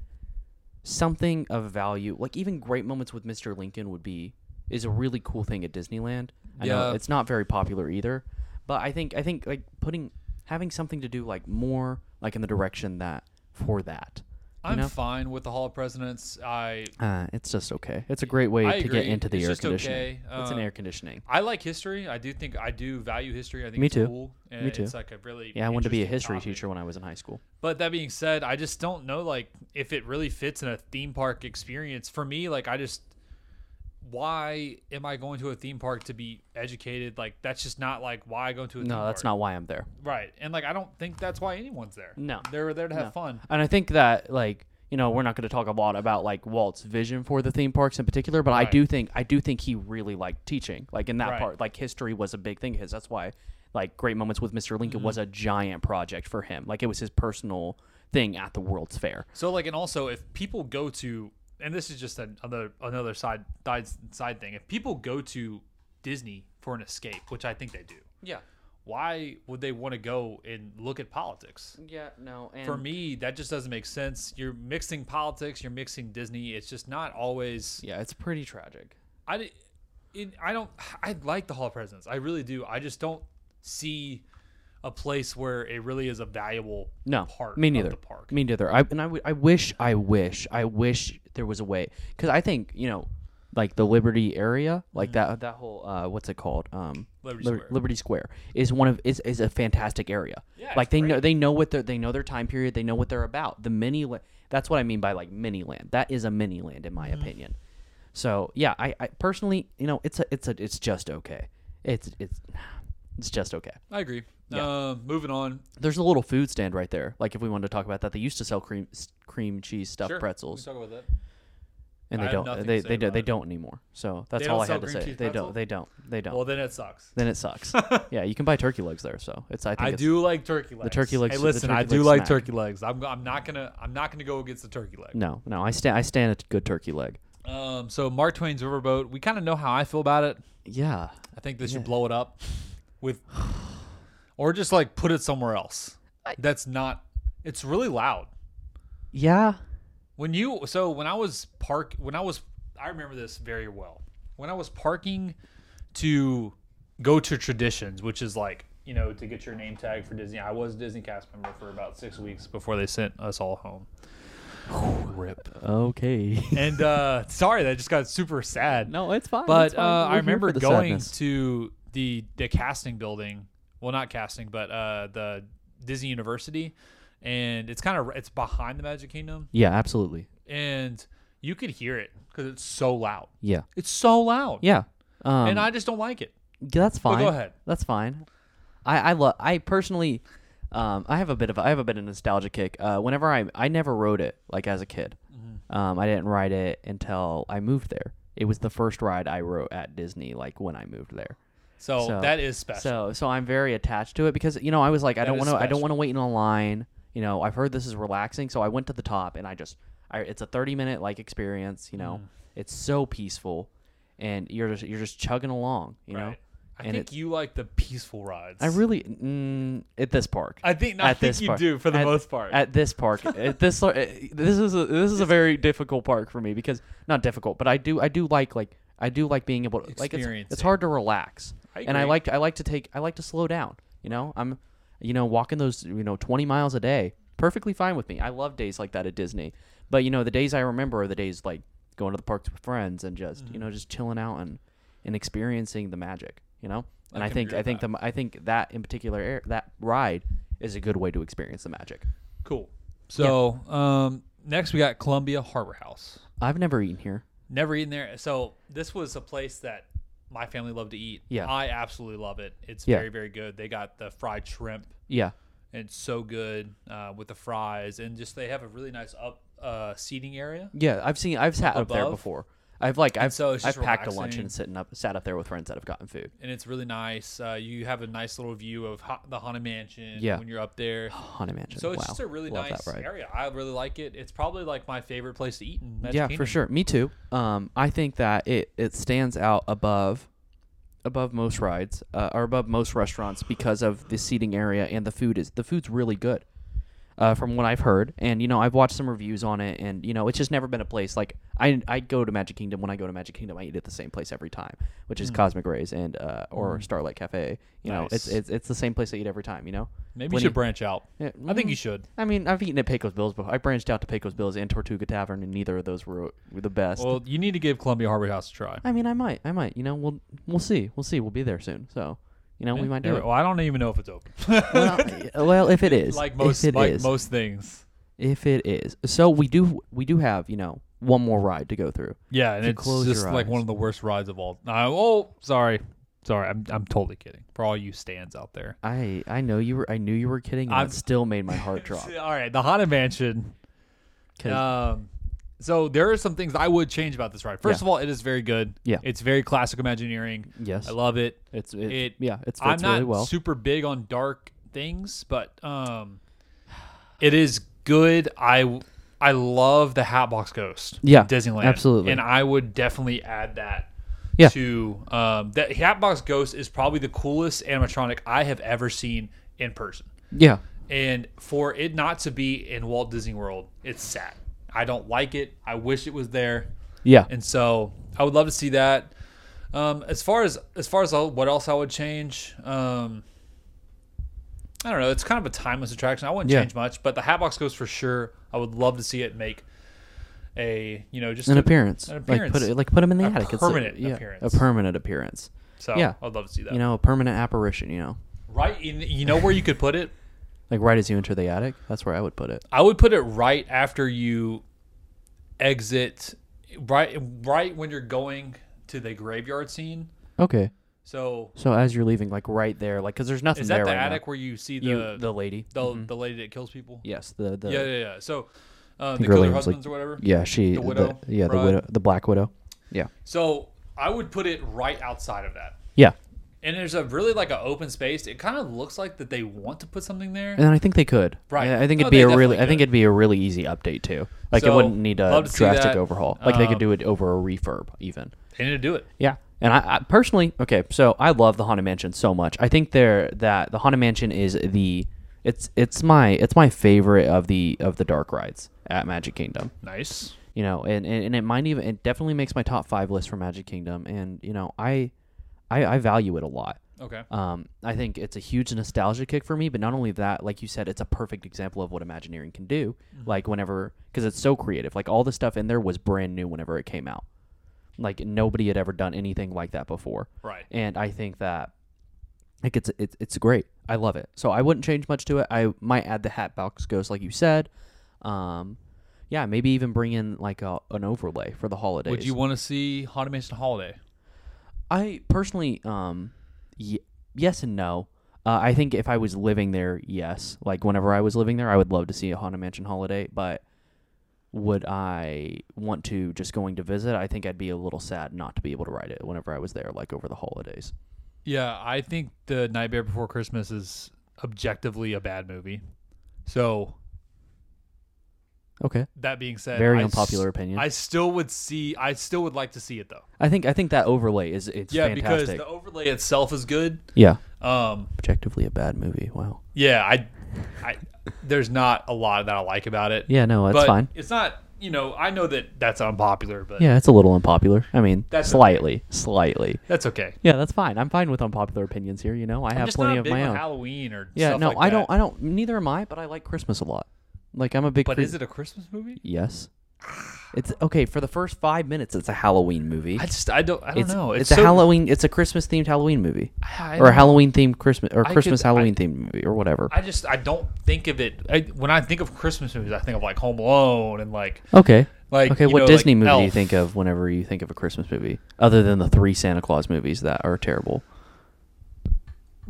[SPEAKER 1] something of value. Like even great moments with Mr. Lincoln would be is a really cool thing at Disneyland. I know
[SPEAKER 2] Yeah.
[SPEAKER 1] it's not very popular either, but I think I think like putting having something to do like more like in the direction that for that. You
[SPEAKER 2] I'm
[SPEAKER 1] know?
[SPEAKER 2] fine with the Hall of Presidents. I
[SPEAKER 1] Uh, it's just okay. It's a great way
[SPEAKER 2] I
[SPEAKER 1] to get
[SPEAKER 2] agree.
[SPEAKER 1] into the
[SPEAKER 2] It's
[SPEAKER 1] air
[SPEAKER 2] just
[SPEAKER 1] conditioning.
[SPEAKER 2] okay.
[SPEAKER 1] it's an
[SPEAKER 2] Um,
[SPEAKER 1] air conditioning.
[SPEAKER 2] I like history. I do think I do value history. I think
[SPEAKER 1] Me
[SPEAKER 2] it's
[SPEAKER 1] too.
[SPEAKER 2] cool. And
[SPEAKER 1] Me too.
[SPEAKER 2] It's like a really
[SPEAKER 1] Yeah, I wanted to be a
[SPEAKER 2] interesting
[SPEAKER 1] history
[SPEAKER 2] topic.
[SPEAKER 1] teacher when I was in high school.
[SPEAKER 2] But that being said, I just don't know like if it really fits in a theme park experience. For me, like I just why am I going to a theme park to be educated? Like that's just not like why I go to a theme
[SPEAKER 1] No, Uh, that's
[SPEAKER 2] park.
[SPEAKER 1] not why I'm there.
[SPEAKER 2] right. And like I don't think that's why anyone's there.
[SPEAKER 1] No.
[SPEAKER 2] they're there to have
[SPEAKER 1] No.
[SPEAKER 2] fun.
[SPEAKER 1] And I think that like you know we're not going to talk a lot about like Walt's vision for the theme parks in particular, but I
[SPEAKER 2] Right.
[SPEAKER 1] do think I do think he really liked teaching. Like in that
[SPEAKER 2] Right.
[SPEAKER 1] part, like history was a big thing of his. That's why like Great Moments with Mr. Lincoln was a giant project for him. Like it was his personal thing at the World's Fair.
[SPEAKER 2] So like, and also if people go to, and this is just an- another another side side side thing. If people go to Disney for an escape, which I think they do,
[SPEAKER 1] Yeah,
[SPEAKER 2] why would they want to go and look at politics?
[SPEAKER 1] yeah, no, and
[SPEAKER 2] For me, that just doesn't make sense. You're mixing politics, you're mixing Disney. It's just not always.
[SPEAKER 1] yeah, it's pretty tragic.
[SPEAKER 2] I, di- it, I don't. I like the Hall of Presidents. I really do. I just don't see a place where it really is a valuable
[SPEAKER 1] No,
[SPEAKER 2] part.
[SPEAKER 1] me
[SPEAKER 2] of
[SPEAKER 1] neither.
[SPEAKER 2] the park.
[SPEAKER 1] Me neither. I and I, w- I wish I wish I wish there was a way because I think you know like the Liberty area like that that whole uh, what's it called um
[SPEAKER 2] Mm-hmm. Liberty
[SPEAKER 1] Lib-
[SPEAKER 2] Square.
[SPEAKER 1] Liberty Square is one of is, is a fantastic area.
[SPEAKER 2] Yeah,
[SPEAKER 1] like
[SPEAKER 2] it's
[SPEAKER 1] they know they know what their they know their time period they know what they're about the mini la- that's what I mean by like mini land that is a mini land in
[SPEAKER 2] Mm-hmm.
[SPEAKER 1] my opinion. So yeah, I, I personally you know it's a it's a it's just okay. It's it's it's just okay.
[SPEAKER 2] I agree. Um, moving on.
[SPEAKER 1] There's a little food stand right there. Like if we wanted to talk about that, they used to sell cream s- cream cheese stuffed
[SPEAKER 2] Sure, we can
[SPEAKER 1] pretzels,
[SPEAKER 2] talk about that.
[SPEAKER 1] and
[SPEAKER 2] I
[SPEAKER 1] they
[SPEAKER 2] have
[SPEAKER 1] don't
[SPEAKER 2] nothing
[SPEAKER 1] they
[SPEAKER 2] to say
[SPEAKER 1] they, do,
[SPEAKER 2] about
[SPEAKER 1] they
[SPEAKER 2] it.
[SPEAKER 1] don't anymore. So that's
[SPEAKER 2] They
[SPEAKER 1] all
[SPEAKER 2] don't
[SPEAKER 1] I had
[SPEAKER 2] sell
[SPEAKER 1] to
[SPEAKER 2] cream
[SPEAKER 1] say.
[SPEAKER 2] cheese
[SPEAKER 1] They
[SPEAKER 2] pretzel?
[SPEAKER 1] don't. They don't. They don't.
[SPEAKER 2] Well, then it sucks.
[SPEAKER 1] then it sucks. yeah, you can buy turkey legs there. So it's I think
[SPEAKER 2] I
[SPEAKER 1] it's,
[SPEAKER 2] do like turkey legs.
[SPEAKER 1] turkey legs-
[SPEAKER 2] Hey,
[SPEAKER 1] the
[SPEAKER 2] listen,
[SPEAKER 1] turkey
[SPEAKER 2] I do
[SPEAKER 1] leg
[SPEAKER 2] like
[SPEAKER 1] snack.
[SPEAKER 2] turkey legs. I'm, I'm not gonna I'm not gonna go against the turkey leg.
[SPEAKER 1] No, no, I stand I stand a good turkey leg.
[SPEAKER 2] Um, so Mark Twain's Riverboat. We kind of know how I feel about it.
[SPEAKER 1] Yeah,
[SPEAKER 2] I think they should blow it up with, or just like put it somewhere else. That's not. It's really loud.
[SPEAKER 1] yeah,
[SPEAKER 2] When you so when I was park when I was I remember this very well. When I was parking to go to traditions, which is like you know to get your name tag for Disney. I was a Disney cast member for about six weeks before they sent us all home. Rip.
[SPEAKER 1] Okay.
[SPEAKER 2] And uh, sorry, that just got super sad.
[SPEAKER 1] no, it's fine.
[SPEAKER 2] But
[SPEAKER 1] it's fine.
[SPEAKER 2] uh,
[SPEAKER 1] We're
[SPEAKER 2] I
[SPEAKER 1] here
[SPEAKER 2] remember
[SPEAKER 1] for the
[SPEAKER 2] going
[SPEAKER 1] sadness.
[SPEAKER 2] to the the casting building. Well, not casting, but uh, the Disney University, and it's kind of it's behind the Magic Kingdom,
[SPEAKER 1] Yeah, absolutely.
[SPEAKER 2] and you could hear it because it's so loud.
[SPEAKER 1] Yeah.
[SPEAKER 2] It's so loud.
[SPEAKER 1] Yeah. Um,
[SPEAKER 2] and I just don't like it.
[SPEAKER 1] that's fine.
[SPEAKER 2] go ahead.
[SPEAKER 1] That's fine. I I love. I personally, um, I have a bit of I have a bit of nostalgia kick. Uh, whenever I I never rode it like as a kid.
[SPEAKER 2] Mm-hmm.
[SPEAKER 1] Um, I didn't ride it until I moved there. It was the first ride I rode at Disney, like when I moved there.
[SPEAKER 2] So,
[SPEAKER 1] So-
[SPEAKER 2] that is special.
[SPEAKER 1] So so I'm very attached to it because you know I was like I don't
[SPEAKER 2] is
[SPEAKER 1] want to I
[SPEAKER 2] special.
[SPEAKER 1] don't want to wait in a line. You know I've heard this is relaxing, so I went to the top and I just I, it's a 30 minute like experience. You
[SPEAKER 2] Mm.
[SPEAKER 1] know it's so peaceful, and you're just you're just chugging along. You know
[SPEAKER 2] Right. I
[SPEAKER 1] and
[SPEAKER 2] think you like the peaceful rides.
[SPEAKER 1] I really mm, at this park.
[SPEAKER 2] I think I
[SPEAKER 1] at
[SPEAKER 2] think
[SPEAKER 1] this
[SPEAKER 2] you
[SPEAKER 1] park.
[SPEAKER 2] do for the
[SPEAKER 1] At-
[SPEAKER 2] most part.
[SPEAKER 1] At this park, at this uh, this is a, this is a very difficult park for me because not difficult, but I do I do like like I do like being able to like it's,
[SPEAKER 2] Experience
[SPEAKER 1] it's
[SPEAKER 2] it.
[SPEAKER 1] hard to relax,
[SPEAKER 2] I
[SPEAKER 1] and I
[SPEAKER 2] agree.
[SPEAKER 1] like to, I like to take I like to slow down. You know, I'm you know walking those you know 20 miles a day, perfectly fine with me. I love days like that at Disney, but you know the days I remember are the days like going to the parks with friends and just you
[SPEAKER 2] Mm-hmm.
[SPEAKER 1] know just chilling out and and experiencing the magic. You know, and I,
[SPEAKER 2] can
[SPEAKER 1] think
[SPEAKER 2] agree
[SPEAKER 1] I
[SPEAKER 2] with
[SPEAKER 1] think the I think that in particular air, that ride is a good way to experience the magic.
[SPEAKER 2] cool. So um, next we got Columbia Harbor House.
[SPEAKER 1] I've never eaten here.
[SPEAKER 2] Never eaten there. So this was a place that my family loved to eat.
[SPEAKER 1] Yeah.
[SPEAKER 2] I absolutely love it. It's
[SPEAKER 1] Yeah.
[SPEAKER 2] very very good. They got the fried shrimp.
[SPEAKER 1] Yeah.
[SPEAKER 2] And it's so good uh, with the fries and just they have a really nice up uh, seating area.
[SPEAKER 1] Yeah, I've seen I've sat up there
[SPEAKER 2] Above?
[SPEAKER 1] before. I've like I've
[SPEAKER 2] so it's
[SPEAKER 1] I've
[SPEAKER 2] just
[SPEAKER 1] packed a lunch
[SPEAKER 2] relaxing.
[SPEAKER 1] and sitting up sat up there with friends that have gotten food.
[SPEAKER 2] And it's really nice. Uh, you have a nice little view of ha- the Haunted Mansion
[SPEAKER 1] Yeah.
[SPEAKER 2] when you're up there.
[SPEAKER 1] Haunted Mansion.
[SPEAKER 2] So it's
[SPEAKER 1] wow.
[SPEAKER 2] just a really
[SPEAKER 1] Love that
[SPEAKER 2] nice
[SPEAKER 1] ride.
[SPEAKER 2] area. I really like it. It's probably like my favorite place to eat in Magic
[SPEAKER 1] Yeah, for
[SPEAKER 2] Kingdom.
[SPEAKER 1] sure. Me too. Um, I think that it it stands out above above most rides uh, or above most restaurants because of the seating area and the food is the food's really good. Uh, from what I've heard, and you know, I've watched some reviews on it, and you know, it's just never been a place like I. I go to Magic Kingdom. When I go to Magic Kingdom, I eat at the same place every time, which is Cosmic Rays and uh, or Starlight Cafe. You know, it's
[SPEAKER 2] Hmm. Nice.
[SPEAKER 1] it's it's the same place I eat every time. You know,
[SPEAKER 2] Maybe
[SPEAKER 1] When
[SPEAKER 2] you should
[SPEAKER 1] you-
[SPEAKER 2] branch out.
[SPEAKER 1] Yeah,
[SPEAKER 2] I think
[SPEAKER 1] mm.
[SPEAKER 2] you should.
[SPEAKER 1] I mean, I've eaten at Pecos Bills before. I branched out to Pecos Bills and Tortuga Tavern, and neither of those were, were the best.
[SPEAKER 2] Well, you need to give Columbia Harbor House a try.
[SPEAKER 1] I mean, I might, I might. You know, we'll we'll see, we'll see. We'll be there soon, so you know, we might do it.
[SPEAKER 2] Well, I don't even know if it's open.
[SPEAKER 1] Well, uh, well, if it is,
[SPEAKER 2] like most,
[SPEAKER 1] if it
[SPEAKER 2] like
[SPEAKER 1] is,
[SPEAKER 2] most things.
[SPEAKER 1] if it is. So we do, we do have, you know, one more ride to go through.
[SPEAKER 2] Yeah, and
[SPEAKER 1] you
[SPEAKER 2] it's
[SPEAKER 1] close
[SPEAKER 2] just
[SPEAKER 1] your
[SPEAKER 2] like one
[SPEAKER 1] eyes.
[SPEAKER 2] of the worst rides of all. Uh, oh, sorry, sorry. I'm I'm totally kidding. For all you stands out there.
[SPEAKER 1] I I know you were, I knew you were kidding. And
[SPEAKER 2] I'm-
[SPEAKER 1] it still made my heart drop.
[SPEAKER 2] All right, the Haunted Mansion.
[SPEAKER 1] 'Cause-
[SPEAKER 2] Um, so there are some things I would change about this ride. First
[SPEAKER 1] Yeah.
[SPEAKER 2] of all, it is very good.
[SPEAKER 1] Yeah.
[SPEAKER 2] it's very classic Imagineering.
[SPEAKER 1] yes,
[SPEAKER 2] I love it.
[SPEAKER 1] it's, it's
[SPEAKER 2] it-
[SPEAKER 1] yeah, it's
[SPEAKER 2] I'm
[SPEAKER 1] fits
[SPEAKER 2] not
[SPEAKER 1] really well.
[SPEAKER 2] super big on dark things, but um, it is good. I I love the Hatbox Ghost.
[SPEAKER 1] Yeah,
[SPEAKER 2] Disneyland,
[SPEAKER 1] absolutely.
[SPEAKER 2] and I would definitely add that.
[SPEAKER 1] Yeah.
[SPEAKER 2] To um, that Hatbox Ghost is probably the coolest animatronic I have ever seen in person,
[SPEAKER 1] yeah,
[SPEAKER 2] and for it not to be in Walt Disney World, it's sad. I don't like it. I wish it was there.
[SPEAKER 1] yeah,
[SPEAKER 2] And so I would love to see that. Um, as far as as far as all- what else I would change, um, I don't know. It's kind of a timeless attraction. I wouldn't
[SPEAKER 1] Yeah.
[SPEAKER 2] change much, but the Hatbox goes for sure. I would love to see it make a you know just
[SPEAKER 1] an
[SPEAKER 2] a-
[SPEAKER 1] appearance.
[SPEAKER 2] an
[SPEAKER 1] Like
[SPEAKER 2] appearance.
[SPEAKER 1] put it, like put them in the
[SPEAKER 2] A
[SPEAKER 1] attic. It's
[SPEAKER 2] permanent
[SPEAKER 1] yeah,
[SPEAKER 2] appearance.
[SPEAKER 1] A permanent appearance.
[SPEAKER 2] So
[SPEAKER 1] yeah.
[SPEAKER 2] I'd love to see that.
[SPEAKER 1] You know, a permanent apparition. You know,
[SPEAKER 2] right in you know where you could put it.
[SPEAKER 1] like right as you enter the attic. That's where I would put it.
[SPEAKER 2] I would put it right after you exit, right right when you're going to the graveyard scene.
[SPEAKER 1] Okay.
[SPEAKER 2] So
[SPEAKER 1] So as you're leaving, like right there, like because there's nothing
[SPEAKER 2] is that
[SPEAKER 1] there
[SPEAKER 2] the
[SPEAKER 1] right
[SPEAKER 2] attic
[SPEAKER 1] now.
[SPEAKER 2] where you see
[SPEAKER 1] You-
[SPEAKER 2] the
[SPEAKER 1] the mm-hmm. lady.
[SPEAKER 2] the, the lady that kills people.
[SPEAKER 1] yes, the the
[SPEAKER 2] yeah, yeah, yeah. So uh,
[SPEAKER 1] think
[SPEAKER 2] the
[SPEAKER 1] her
[SPEAKER 2] killer
[SPEAKER 1] name was, like-
[SPEAKER 2] husbands or whatever.
[SPEAKER 1] yeah, she the
[SPEAKER 2] widow
[SPEAKER 1] yeah the
[SPEAKER 2] bride.
[SPEAKER 1] widow the black widow. Yeah,
[SPEAKER 2] So I would put it right outside of that.
[SPEAKER 1] yeah.
[SPEAKER 2] And there's a really like an open space. It kind of looks like that they want to put something there.
[SPEAKER 1] And then I think they could.
[SPEAKER 2] Right.
[SPEAKER 1] I, I think
[SPEAKER 2] No,
[SPEAKER 1] it'd be
[SPEAKER 2] they
[SPEAKER 1] a really.
[SPEAKER 2] definitely
[SPEAKER 1] I think
[SPEAKER 2] could.
[SPEAKER 1] it'd be a really easy update too. Like it
[SPEAKER 2] So,
[SPEAKER 1] wouldn't need a
[SPEAKER 2] love to see
[SPEAKER 1] drastic
[SPEAKER 2] that.
[SPEAKER 1] overhaul. Like they could
[SPEAKER 2] Um,
[SPEAKER 1] do it over a refurb even.
[SPEAKER 2] They need to do it.
[SPEAKER 1] Yeah. And I, I personally, okay, so I love the Haunted Mansion so much. I think there that the Haunted Mansion is the it's it's my it's my favorite of the of the dark rides at Magic Kingdom.
[SPEAKER 2] Nice.
[SPEAKER 1] You know, and, and, and it might even it definitely makes my top five list for Magic Kingdom and you know, I I, I value it a lot.
[SPEAKER 2] Okay.
[SPEAKER 1] Um, I think it's a huge nostalgia kick for me, but not only that, like you said, it's a perfect example of what Imagineering can do.
[SPEAKER 2] Mm-hmm.
[SPEAKER 1] Like whenever, because it's so creative. Like all the stuff in there was brand new whenever it came out. Like nobody had ever done anything like that before,
[SPEAKER 2] Right.
[SPEAKER 1] and I think that like it's it's it's great. I love it. So I wouldn't change much to it. I might add the Hatbox Ghost, like you said. Um, yeah, maybe even bring in like a, an overlay for the holidays.
[SPEAKER 2] Would you want to see Haunted Mansion Holiday?
[SPEAKER 1] I personally, um, y- yes and no. Uh, I think if I was living there, yes. Like whenever I was living there, I would love to see a haunted mansion holiday. But would I want to just going to visit? I think I'd be a little sad not to be able to ride it whenever I was there, like over the holidays.
[SPEAKER 2] Yeah, I think the Nightmare Before Christmas is objectively a bad movie. So
[SPEAKER 1] Okay,
[SPEAKER 2] that being said,
[SPEAKER 1] very
[SPEAKER 2] I s-
[SPEAKER 1] unpopular opinion.
[SPEAKER 2] I
[SPEAKER 1] I,
[SPEAKER 2] still would see. I still would like to see it though.
[SPEAKER 1] think I think that overlay is it's
[SPEAKER 2] Yeah, because
[SPEAKER 1] fantastic.
[SPEAKER 2] the overlay itself is good.
[SPEAKER 1] yeah,
[SPEAKER 2] Um,
[SPEAKER 1] objectively a bad movie. Wow.
[SPEAKER 2] yeah, I, I, there's not a lot that I like about it.
[SPEAKER 1] Yeah, no, that's
[SPEAKER 2] but
[SPEAKER 1] fine.
[SPEAKER 2] It's not. You know, I know that that's unpopular, but
[SPEAKER 1] Yeah, it's a little unpopular. I mean,
[SPEAKER 2] That's okay.
[SPEAKER 1] slightly, slightly.
[SPEAKER 2] that's okay.
[SPEAKER 1] Yeah, that's fine. I'm fine with unpopular opinions here. You know, I
[SPEAKER 2] I'm
[SPEAKER 1] have
[SPEAKER 2] just
[SPEAKER 1] plenty
[SPEAKER 2] not
[SPEAKER 1] of
[SPEAKER 2] big
[SPEAKER 1] my
[SPEAKER 2] on
[SPEAKER 1] own.
[SPEAKER 2] Halloween or
[SPEAKER 1] Yeah,
[SPEAKER 2] stuff
[SPEAKER 1] no,
[SPEAKER 2] like
[SPEAKER 1] I don't.
[SPEAKER 2] that.
[SPEAKER 1] I don't. Neither am I. But I like Christmas a lot. Like I'm a big.
[SPEAKER 2] But
[SPEAKER 1] Chris-
[SPEAKER 2] is it a Christmas movie?
[SPEAKER 1] Yes. It's okay for the first five minutes. It's a Halloween movie.
[SPEAKER 2] I just I don't I don't
[SPEAKER 1] it's,
[SPEAKER 2] know.
[SPEAKER 1] It's,
[SPEAKER 2] It's,
[SPEAKER 1] a
[SPEAKER 2] so,
[SPEAKER 1] Halloween. It's a Christmas themed Halloween movie,
[SPEAKER 2] I,
[SPEAKER 1] or a Halloween themed Christmas, or
[SPEAKER 2] I
[SPEAKER 1] Christmas
[SPEAKER 2] could- I-
[SPEAKER 1] Halloween themed movie, or whatever.
[SPEAKER 2] I just I don't think of it. I, when I think of Christmas movies, I think of like Home Alone and like
[SPEAKER 1] okay.
[SPEAKER 2] like
[SPEAKER 1] okay.
[SPEAKER 2] you
[SPEAKER 1] What
[SPEAKER 2] know,
[SPEAKER 1] Disney
[SPEAKER 2] like
[SPEAKER 1] movie do you
[SPEAKER 2] Elf.
[SPEAKER 1] think of whenever you think of a Christmas movie, other than the three Santa Claus movies that are terrible?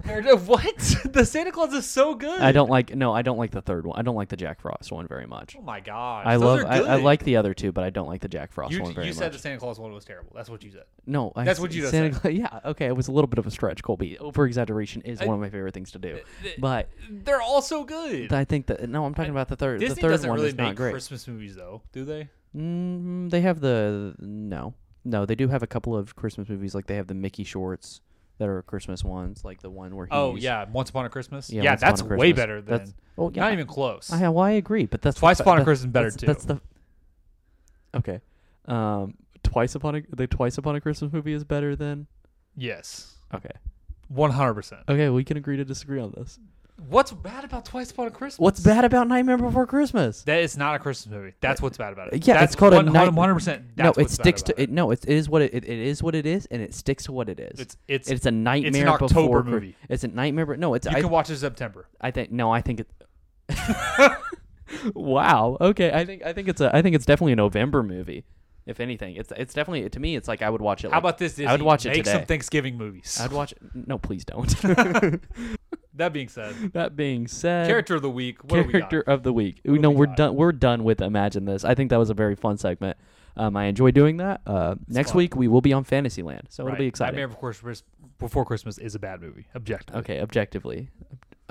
[SPEAKER 2] They're- What the Santa Claus is so good.
[SPEAKER 1] I don't like. No, I don't like the third one. I don't like the Jack Frost one very much.
[SPEAKER 2] Oh my god.
[SPEAKER 1] I
[SPEAKER 2] Those
[SPEAKER 1] love.
[SPEAKER 2] are
[SPEAKER 1] I, I
[SPEAKER 2] good.
[SPEAKER 1] like the other two, but I don't like the Jack Frost
[SPEAKER 2] You,
[SPEAKER 1] one very
[SPEAKER 2] you
[SPEAKER 1] much.
[SPEAKER 2] said the Santa Claus one was terrible. That's what you said.
[SPEAKER 1] No, I,
[SPEAKER 2] That's what you just
[SPEAKER 1] Santa
[SPEAKER 2] said.
[SPEAKER 1] Claus- yeah, okay. It was a little bit of a stretch, Colby. Over exaggeration is one of my favorite things to do, but
[SPEAKER 2] They're all so good.
[SPEAKER 1] I think that no, I'm talking about the third.
[SPEAKER 2] Disney
[SPEAKER 1] the third
[SPEAKER 2] doesn't
[SPEAKER 1] one
[SPEAKER 2] really
[SPEAKER 1] is
[SPEAKER 2] make
[SPEAKER 1] not great.
[SPEAKER 2] Christmas movies though, do they?
[SPEAKER 1] Mm, they have the no, no. They do have a couple of Christmas movies, like they have the Mickey shorts that are Christmas ones, like the one where he's,
[SPEAKER 2] Oh yeah, Once Upon a Christmas.
[SPEAKER 1] yeah,
[SPEAKER 2] Yeah,
[SPEAKER 1] Once Upon
[SPEAKER 2] that's
[SPEAKER 1] a
[SPEAKER 2] way
[SPEAKER 1] Christmas.
[SPEAKER 2] better than.
[SPEAKER 1] That's- well, yeah,
[SPEAKER 2] Not even close.
[SPEAKER 1] I, well, I agree, but that's the
[SPEAKER 2] Twice
[SPEAKER 1] fa-
[SPEAKER 2] Upon a
[SPEAKER 1] that-
[SPEAKER 2] Christmas is better
[SPEAKER 1] that's,
[SPEAKER 2] too.
[SPEAKER 1] That's the okay. Um, twice upon a the twice upon a Christmas movie is better than
[SPEAKER 2] yes,
[SPEAKER 1] okay.
[SPEAKER 2] one hundred percent.
[SPEAKER 1] Okay, we can agree to disagree on this.
[SPEAKER 2] What's bad about Twice Upon a Christmas?
[SPEAKER 1] What's bad about Nightmare Before Christmas?
[SPEAKER 2] That is not a Christmas movie. That's what's bad about it.
[SPEAKER 1] Yeah,
[SPEAKER 2] that's
[SPEAKER 1] it's called a
[SPEAKER 2] one
[SPEAKER 1] night-
[SPEAKER 2] hundred percent.
[SPEAKER 1] no, it sticks to it. No, it, it is what it, it it is what it is, and it sticks to what it is.
[SPEAKER 2] It's it's,
[SPEAKER 1] it's a nightmare. before
[SPEAKER 2] October
[SPEAKER 1] Chri-
[SPEAKER 2] movie.
[SPEAKER 1] It's a nightmare. But no, it's
[SPEAKER 2] you
[SPEAKER 1] I,
[SPEAKER 2] can watch it in September.
[SPEAKER 1] I think no, I think it. wow. Okay. I think I think it's a I think it's definitely a November movie. If anything, it's it's definitely to me. It's like I would watch it.
[SPEAKER 2] How
[SPEAKER 1] like,
[SPEAKER 2] about this? Disney?
[SPEAKER 1] I would watch it
[SPEAKER 2] Make
[SPEAKER 1] today.
[SPEAKER 2] some Thanksgiving movies.
[SPEAKER 1] I'd watch. No, please don't.
[SPEAKER 2] that being said,
[SPEAKER 1] that being said,
[SPEAKER 2] character of the week. What do we got?
[SPEAKER 1] Uh, character of the week. You know,
[SPEAKER 2] we
[SPEAKER 1] we're
[SPEAKER 2] got?
[SPEAKER 1] done. We're done with Imagine This. I think that was a very fun segment. Um, I enjoy doing that. Uh, next
[SPEAKER 2] fun.
[SPEAKER 1] week we will be on Fantasyland, so it'll
[SPEAKER 2] Right.
[SPEAKER 1] be exciting.
[SPEAKER 2] Nightmare Before Christmas, Before Christmas is a bad movie. Objectively.
[SPEAKER 1] Okay, objectively,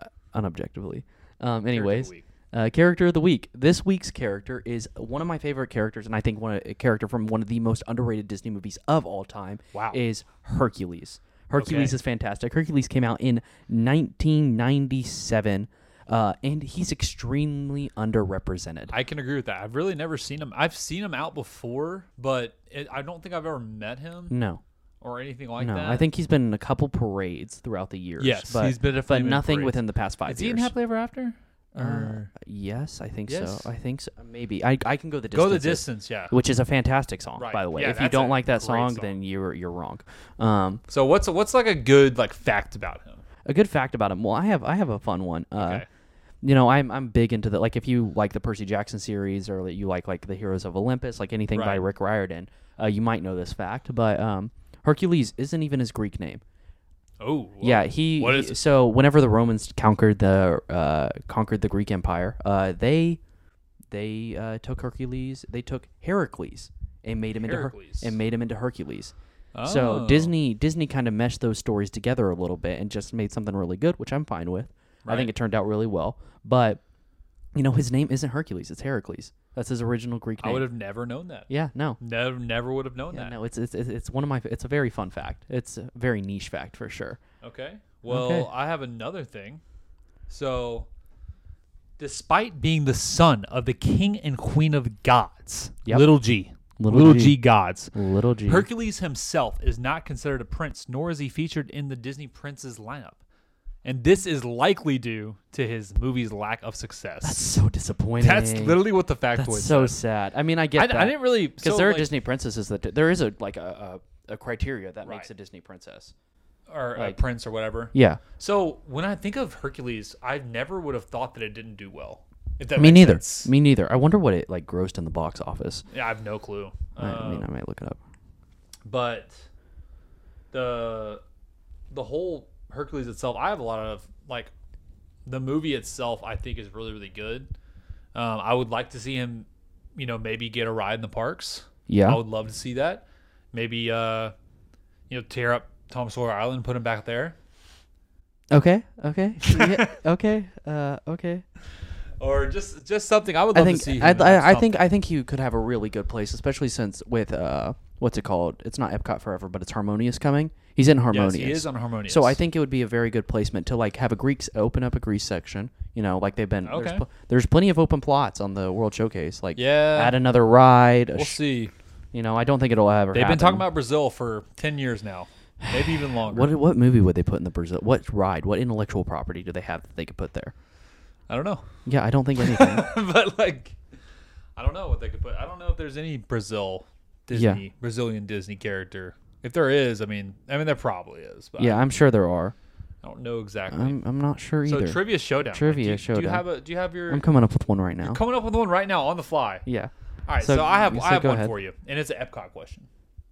[SPEAKER 1] Uh, unobjectively. Um,
[SPEAKER 2] Character of the
[SPEAKER 1] anyways,
[SPEAKER 2] week.
[SPEAKER 1] uh, character of the week. This week's character is one of my favorite characters, and I think one of, a character from one of the most underrated Disney movies of all time.
[SPEAKER 2] Wow.
[SPEAKER 1] is Hercules. Hercules
[SPEAKER 2] Okay.
[SPEAKER 1] is fantastic. Hercules came out in 1997, uh, and he's extremely underrepresented.
[SPEAKER 2] I can agree with that. I've really never seen him. I've seen him out before, but it, I don't think I've ever met him
[SPEAKER 1] no,
[SPEAKER 2] or anything like
[SPEAKER 1] Mm. no,
[SPEAKER 2] that.
[SPEAKER 1] I think he's been in a couple parades throughout the years.
[SPEAKER 2] Yes,
[SPEAKER 1] but,
[SPEAKER 2] he's been
[SPEAKER 1] but
[SPEAKER 2] definitely been in
[SPEAKER 1] nothing
[SPEAKER 2] parades.
[SPEAKER 1] within the past five
[SPEAKER 2] Is he
[SPEAKER 1] years.
[SPEAKER 2] in Happily Ever After?
[SPEAKER 1] Uh,
[SPEAKER 2] Or-
[SPEAKER 1] yes, I think
[SPEAKER 2] Yes?
[SPEAKER 1] so. I think so. Maybe I, I can go the
[SPEAKER 2] Go
[SPEAKER 1] distance.
[SPEAKER 2] the distance, yeah.
[SPEAKER 1] which is a fantastic song,
[SPEAKER 2] Right.
[SPEAKER 1] by the way.
[SPEAKER 2] Yeah,
[SPEAKER 1] if you
[SPEAKER 2] that's
[SPEAKER 1] don't
[SPEAKER 2] a
[SPEAKER 1] like that
[SPEAKER 2] great
[SPEAKER 1] song,
[SPEAKER 2] song.
[SPEAKER 1] then you're you're wrong. Um,
[SPEAKER 2] So what's what's like a good like fact about him?
[SPEAKER 1] a good fact about him. Well, I have I have a fun one. Uh,
[SPEAKER 2] Okay.
[SPEAKER 1] You know, I'm I'm big into the like if you like the Percy Jackson series or that you like like the Heroes of Olympus, like anything by
[SPEAKER 2] Right.
[SPEAKER 1] Rick Riordan, uh, you might know this fact. But um, Hercules isn't even his Greek name.
[SPEAKER 2] Oh, well,
[SPEAKER 1] Yeah, he.
[SPEAKER 2] What
[SPEAKER 1] he-
[SPEAKER 2] is it?
[SPEAKER 1] so? Whenever the Romans conquered the uh, conquered the Greek Empire, uh, they they uh, took Hercules. They took Heracles and made him
[SPEAKER 2] Heracles.
[SPEAKER 1] into Her- and made him into Hercules.
[SPEAKER 2] Oh.
[SPEAKER 1] So Disney Disney kind of meshed those stories together a little bit and just made something really good, which I'm fine with. I think
[SPEAKER 2] Right.
[SPEAKER 1] it turned out really well. But you know, his name isn't Hercules; it's Heracles. That's his original Greek
[SPEAKER 2] I
[SPEAKER 1] name.
[SPEAKER 2] would have never known that.
[SPEAKER 1] yeah, no,
[SPEAKER 2] Never never would have known
[SPEAKER 1] yeah,
[SPEAKER 2] that.
[SPEAKER 1] no. It's, it's it's it's one of my. It's a very fun fact. It's a very niche fact for sure.
[SPEAKER 2] Okay. Well,
[SPEAKER 1] Okay.
[SPEAKER 2] I have another thing. So, despite being the son of the king and queen of gods,
[SPEAKER 1] Yep.
[SPEAKER 2] little G,
[SPEAKER 1] Little,
[SPEAKER 2] Little
[SPEAKER 1] G.
[SPEAKER 2] G gods.
[SPEAKER 1] Little G.
[SPEAKER 2] Hercules himself is not considered a prince, nor is he featured in the Disney Princes lineup. And this is likely due to his movie's lack of
[SPEAKER 1] That's
[SPEAKER 2] success.
[SPEAKER 1] so disappointing.
[SPEAKER 2] That's, literally what the factoid
[SPEAKER 1] That's
[SPEAKER 2] said.
[SPEAKER 1] so sad. I mean, I get
[SPEAKER 2] I,
[SPEAKER 1] that.
[SPEAKER 2] I didn't really
[SPEAKER 1] because
[SPEAKER 2] so,
[SPEAKER 1] there are
[SPEAKER 2] like-
[SPEAKER 1] Disney princesses that there is a like a a, a criteria that makes
[SPEAKER 2] Right.
[SPEAKER 1] a Disney princess.
[SPEAKER 2] or
[SPEAKER 1] like-
[SPEAKER 2] a prince or whatever.
[SPEAKER 1] Yeah,
[SPEAKER 2] So when I think of Hercules, I never would have thought that it didn't do well. If that
[SPEAKER 1] me
[SPEAKER 2] makes
[SPEAKER 1] neither.
[SPEAKER 2] sense.
[SPEAKER 1] Me neither. I wonder what it like grossed in the box office.
[SPEAKER 2] Yeah, I have no clue.
[SPEAKER 1] I mean,
[SPEAKER 2] Um,
[SPEAKER 1] I might look it up.
[SPEAKER 2] but the the whole Hercules itself, I have a lot of like the movie itself. I think is really really good. Um, I would like to see him, you know, maybe get a ride in the parks.
[SPEAKER 1] Yeah.
[SPEAKER 2] I would love to see that. Maybe uh, you know, tear up Tom Sawyer Island, put him back there,
[SPEAKER 1] Okay. Okay. Yeah, okay. Uh, okay.
[SPEAKER 2] or just just something. I would
[SPEAKER 1] I
[SPEAKER 2] love
[SPEAKER 1] think
[SPEAKER 2] to see. Him
[SPEAKER 1] I,
[SPEAKER 2] in
[SPEAKER 1] I, I
[SPEAKER 2] something.
[SPEAKER 1] think I think you could have a really good place, especially since with uh, what's it called? It's not Epcot Forever, but it's Harmonious coming. He's in
[SPEAKER 2] yes,
[SPEAKER 1] Harmonious.
[SPEAKER 2] he is on harmonious.
[SPEAKER 1] So I think it would be a very good placement to like have a Greeks open up a Greece section. You know, like they've been.
[SPEAKER 2] Okay.
[SPEAKER 1] There's, pl- there's plenty of open plots on the World Showcase. Like
[SPEAKER 2] Yeah.
[SPEAKER 1] add another ride. a
[SPEAKER 2] we'll
[SPEAKER 1] sh-
[SPEAKER 2] see.
[SPEAKER 1] you know, I don't think it'll ever.
[SPEAKER 2] They've been talking
[SPEAKER 1] happen.
[SPEAKER 2] about Brazil for ten years now, maybe even longer.
[SPEAKER 1] what what movie would they put in the Brazil? What ride? What intellectual property do they have that they could put there?
[SPEAKER 2] I don't know.
[SPEAKER 1] Yeah, I don't think anything.
[SPEAKER 2] but like, I don't know what they could put. I don't know if there's any Brazil Disney
[SPEAKER 1] Yeah.
[SPEAKER 2] Brazilian Disney character. If there is, I mean, I mean there probably is, but
[SPEAKER 1] yeah, I'm sure there are.
[SPEAKER 2] I don't know exactly.
[SPEAKER 1] I'm I'm not sure
[SPEAKER 2] so
[SPEAKER 1] either.
[SPEAKER 2] trivia showdown. like,
[SPEAKER 1] Trivia
[SPEAKER 2] do you, Do you
[SPEAKER 1] showdown.
[SPEAKER 2] have a? Do you have your?
[SPEAKER 1] I'm coming up with one right now.
[SPEAKER 2] coming up with one right now on the fly.
[SPEAKER 1] yeah.
[SPEAKER 2] All right,
[SPEAKER 1] So,
[SPEAKER 2] so, I have
[SPEAKER 1] you-
[SPEAKER 2] I
[SPEAKER 1] so
[SPEAKER 2] have
[SPEAKER 1] go
[SPEAKER 2] one
[SPEAKER 1] ahead.
[SPEAKER 2] for you, and it's an Epcot question.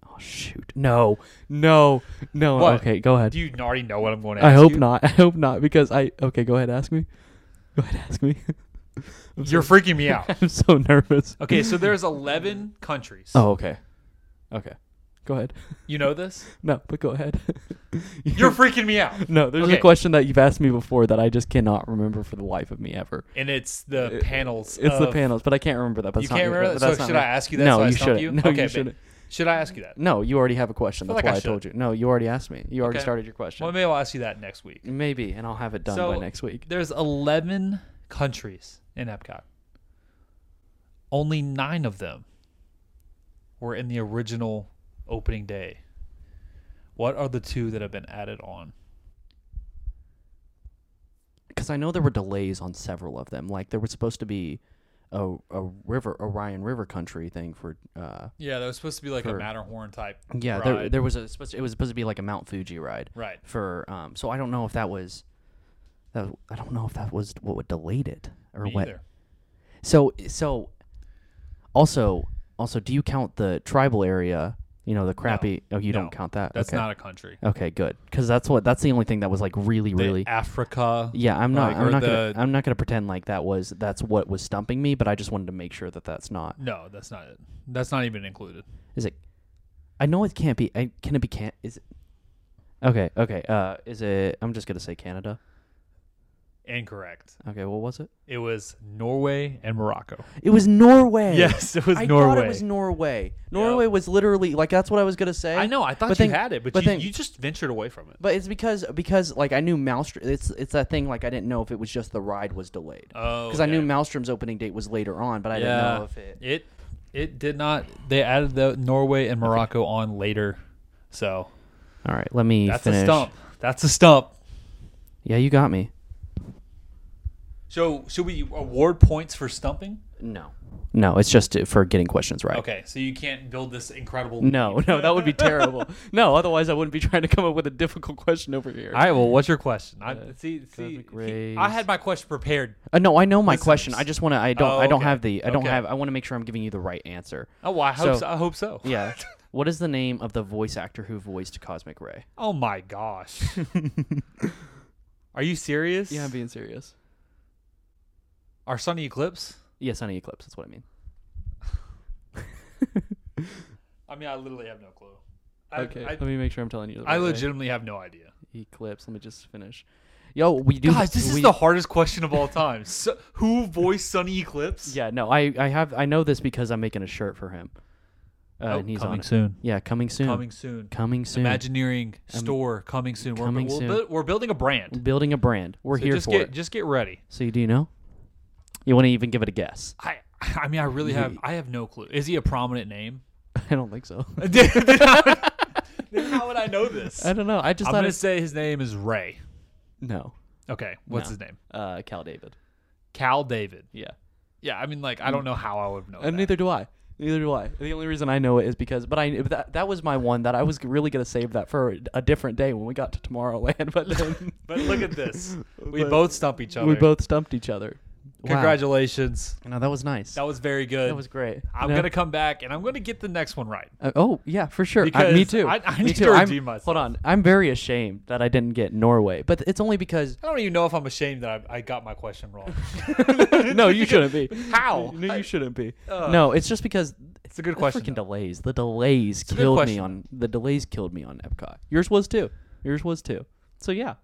[SPEAKER 1] Oh shoot! No, no, no.
[SPEAKER 2] What?
[SPEAKER 1] Okay, go ahead.
[SPEAKER 2] Do you already know what I'm going to? ask
[SPEAKER 1] I hope
[SPEAKER 2] you?
[SPEAKER 1] not. I hope not because I. Okay, go ahead. Ask me. Go ahead. Ask me. I'm so-
[SPEAKER 2] You're freaking me out.
[SPEAKER 1] I'm so nervous.
[SPEAKER 2] Okay, so there's 11 countries.
[SPEAKER 1] Oh, okay. Okay. Go ahead.
[SPEAKER 2] You know this?
[SPEAKER 1] No, but go ahead.
[SPEAKER 2] You're freaking me out.
[SPEAKER 1] no, there's a
[SPEAKER 2] Okay.
[SPEAKER 1] question that you've asked me before that I just cannot remember for the life of me ever.
[SPEAKER 2] And it's the
[SPEAKER 1] It-
[SPEAKER 2] panels.
[SPEAKER 1] It's the
[SPEAKER 2] of-
[SPEAKER 1] panels, but I can't remember that. But
[SPEAKER 2] You
[SPEAKER 1] it's not
[SPEAKER 2] can't
[SPEAKER 1] your-
[SPEAKER 2] remember that?
[SPEAKER 1] that's
[SPEAKER 2] So
[SPEAKER 1] not
[SPEAKER 2] should
[SPEAKER 1] my-
[SPEAKER 2] I ask you that
[SPEAKER 1] No,
[SPEAKER 2] so I
[SPEAKER 1] you
[SPEAKER 2] stump
[SPEAKER 1] shouldn't.
[SPEAKER 2] you?
[SPEAKER 1] No,
[SPEAKER 2] Okay,
[SPEAKER 1] you
[SPEAKER 2] but-
[SPEAKER 1] shouldn't.
[SPEAKER 2] Should I ask you that?
[SPEAKER 1] No, you already have a question. That's
[SPEAKER 2] like I
[SPEAKER 1] why I
[SPEAKER 2] should.
[SPEAKER 1] told you. No, you already asked me. You already
[SPEAKER 2] Okay.
[SPEAKER 1] started your question.
[SPEAKER 2] Well, maybe I'll ask you that next week.
[SPEAKER 1] Maybe, and I'll have it done by
[SPEAKER 2] So-
[SPEAKER 1] next week.
[SPEAKER 2] There's 11 countries in Epcot. Only nine of them were in the original opening day. What are the two that have been added on?
[SPEAKER 1] because I know there were delays on several of them. Like there was supposed to be a a river Orion River Country thing for uh
[SPEAKER 2] Yeah, that was supposed to be like
[SPEAKER 1] a For-
[SPEAKER 2] Matterhorn type.
[SPEAKER 1] yeah there there was a supposed to- it was supposed to be like a Mount Fuji ride
[SPEAKER 2] right.
[SPEAKER 1] for um so I don't know if that was that was- I don't know if that was what would delayed it or what so so also also do you count the tribal area you know the crappy oh you
[SPEAKER 2] No.
[SPEAKER 1] don't count that
[SPEAKER 2] That's
[SPEAKER 1] okay.
[SPEAKER 2] not a country.
[SPEAKER 1] okay good because that's what that's the only thing that was like really really
[SPEAKER 2] Africa.
[SPEAKER 1] Yeah, I'm not.
[SPEAKER 2] Like,
[SPEAKER 1] I'm
[SPEAKER 2] or
[SPEAKER 1] not.
[SPEAKER 2] the-
[SPEAKER 1] gonna, I'm not gonna pretend like that was. That's what was stumping me. But I just wanted to make sure that that's not.
[SPEAKER 2] No, that's not it. That's not even included.
[SPEAKER 1] Is it? I know it can't be. I, can it be? Can is it? Okay. Okay. Uh, is it? I'm just gonna say Canada.
[SPEAKER 2] Incorrect.
[SPEAKER 1] Okay. What was it?
[SPEAKER 2] It was Norway and Morocco.
[SPEAKER 1] It was Norway.
[SPEAKER 2] Yes, it was
[SPEAKER 1] I
[SPEAKER 2] Norway.
[SPEAKER 1] thought it was Norway. Norway was literally like that's what I was gonna say.
[SPEAKER 2] I know. I thought
[SPEAKER 1] But
[SPEAKER 2] you
[SPEAKER 1] then-
[SPEAKER 2] had it, but,
[SPEAKER 1] but
[SPEAKER 2] you,
[SPEAKER 1] then-
[SPEAKER 2] you just ventured away from it.
[SPEAKER 1] But it's because because like I knew Maelstrom. It's it's that thing like I didn't know if it was just the ride was delayed
[SPEAKER 2] Oh,
[SPEAKER 1] because I knew Maelstrom's opening date was later on, but I didn't know if it.
[SPEAKER 2] it it did not. They added the Norway and Morocco on later, so
[SPEAKER 1] All right, let me
[SPEAKER 2] that's
[SPEAKER 1] finish.
[SPEAKER 2] a stump. That's a stump.
[SPEAKER 1] Yeah, you got me.
[SPEAKER 2] So should we award points for stumping?
[SPEAKER 1] No. No, it's just for getting questions right.
[SPEAKER 2] Okay, so you can't build this incredible.
[SPEAKER 1] No, no, that would be terrible. no, otherwise I wouldn't be trying to come up with a difficult question over here.
[SPEAKER 2] All right. Well, what's your question? I, see, see,
[SPEAKER 1] cosmic
[SPEAKER 2] see,
[SPEAKER 1] rays.
[SPEAKER 2] I had my question prepared.
[SPEAKER 1] Uh, no, I know my
[SPEAKER 2] Listeners.
[SPEAKER 1] question. I just want to. I don't.
[SPEAKER 2] Oh,
[SPEAKER 1] I don't
[SPEAKER 2] okay.
[SPEAKER 1] have the. I don't
[SPEAKER 2] Okay.
[SPEAKER 1] have. I want to make sure I'm giving you the right answer.
[SPEAKER 2] Oh, I hope so.
[SPEAKER 1] So-
[SPEAKER 2] I hope so.
[SPEAKER 1] Yeah. what is the name of the voice actor who voiced Cosmic Ray?
[SPEAKER 2] Oh my gosh. Are you serious?
[SPEAKER 1] being serious.
[SPEAKER 2] Our sunny eclipse.
[SPEAKER 1] Yeah, Sunny Eclipse. That's what I mean.
[SPEAKER 2] I mean, I literally have no clue. I, I,
[SPEAKER 1] me make sure I'm telling you. The
[SPEAKER 2] I legitimately have no idea.
[SPEAKER 1] Eclipse. Let me just finish. Yo, we do.
[SPEAKER 2] Guys, this
[SPEAKER 1] we-
[SPEAKER 2] is the hardest question of all time. So, who voiced Sunny Eclipse?
[SPEAKER 1] Yeah, no, I, I have. I know this because I'm making a shirt for him. Uh, and he's on
[SPEAKER 2] Oh, coming
[SPEAKER 1] it.
[SPEAKER 2] soon.
[SPEAKER 1] Yeah, coming soon.
[SPEAKER 2] Coming soon.
[SPEAKER 1] Coming soon.
[SPEAKER 2] Imagineering store coming soon. We're-
[SPEAKER 1] coming
[SPEAKER 2] we're,
[SPEAKER 1] soon.
[SPEAKER 2] bu- we're building a brand.
[SPEAKER 1] building a brand. We're
[SPEAKER 2] So
[SPEAKER 1] here
[SPEAKER 2] just
[SPEAKER 1] for
[SPEAKER 2] get
[SPEAKER 1] it.
[SPEAKER 2] just get ready.
[SPEAKER 1] so do you know? You want to even give it a guess?
[SPEAKER 2] I I mean I really have I have no clue. Is he a prominent name?
[SPEAKER 1] I don't think so.
[SPEAKER 2] then, how would, then how would I know this?
[SPEAKER 1] I don't know. I just
[SPEAKER 2] I'm
[SPEAKER 1] thought
[SPEAKER 2] gonna
[SPEAKER 1] it's
[SPEAKER 2] say his name is Ray.
[SPEAKER 1] no.
[SPEAKER 2] Okay, what's
[SPEAKER 1] No.
[SPEAKER 2] his name?
[SPEAKER 1] Uh, Cal David.
[SPEAKER 2] Cal David.
[SPEAKER 1] Yeah.
[SPEAKER 2] Yeah, I mean, like, I don't know how I would know.
[SPEAKER 1] And
[SPEAKER 2] that.
[SPEAKER 1] neither do I. Neither do I. The only reason I know it is because, but I that, that was my one that I was really gonna save that for a different day when we got to Tomorrowland. But then
[SPEAKER 2] But look at this. We
[SPEAKER 1] But-
[SPEAKER 2] both stump each other.
[SPEAKER 1] we both stumped each other. Wow.
[SPEAKER 2] Congratulations.
[SPEAKER 1] No, that was nice.
[SPEAKER 2] That was very good.
[SPEAKER 1] That was great.
[SPEAKER 2] I'm
[SPEAKER 1] No.
[SPEAKER 2] gonna come back and I'm gonna get the next one right.
[SPEAKER 1] Uh, oh yeah, for sure. I, me
[SPEAKER 2] Because
[SPEAKER 1] too.
[SPEAKER 2] I- I
[SPEAKER 1] me
[SPEAKER 2] need
[SPEAKER 1] too.
[SPEAKER 2] to
[SPEAKER 1] I'm-
[SPEAKER 2] redeem myself.
[SPEAKER 1] Hold on, I'm very ashamed that I didn't get Norway, but it's only because
[SPEAKER 2] I don't even know if I'm ashamed that I, I got my question wrong.
[SPEAKER 1] no, you shouldn't be.
[SPEAKER 2] How?
[SPEAKER 1] No, you shouldn't be.
[SPEAKER 2] Ugh.
[SPEAKER 1] no, it's just because
[SPEAKER 2] It's a good
[SPEAKER 1] the
[SPEAKER 2] question,
[SPEAKER 1] Freaking
[SPEAKER 2] though.
[SPEAKER 1] delays. The delays
[SPEAKER 2] a good
[SPEAKER 1] killed me
[SPEAKER 2] question.
[SPEAKER 1] on the delays killed me on Epcot. Yours was too. Yours was too. So yeah,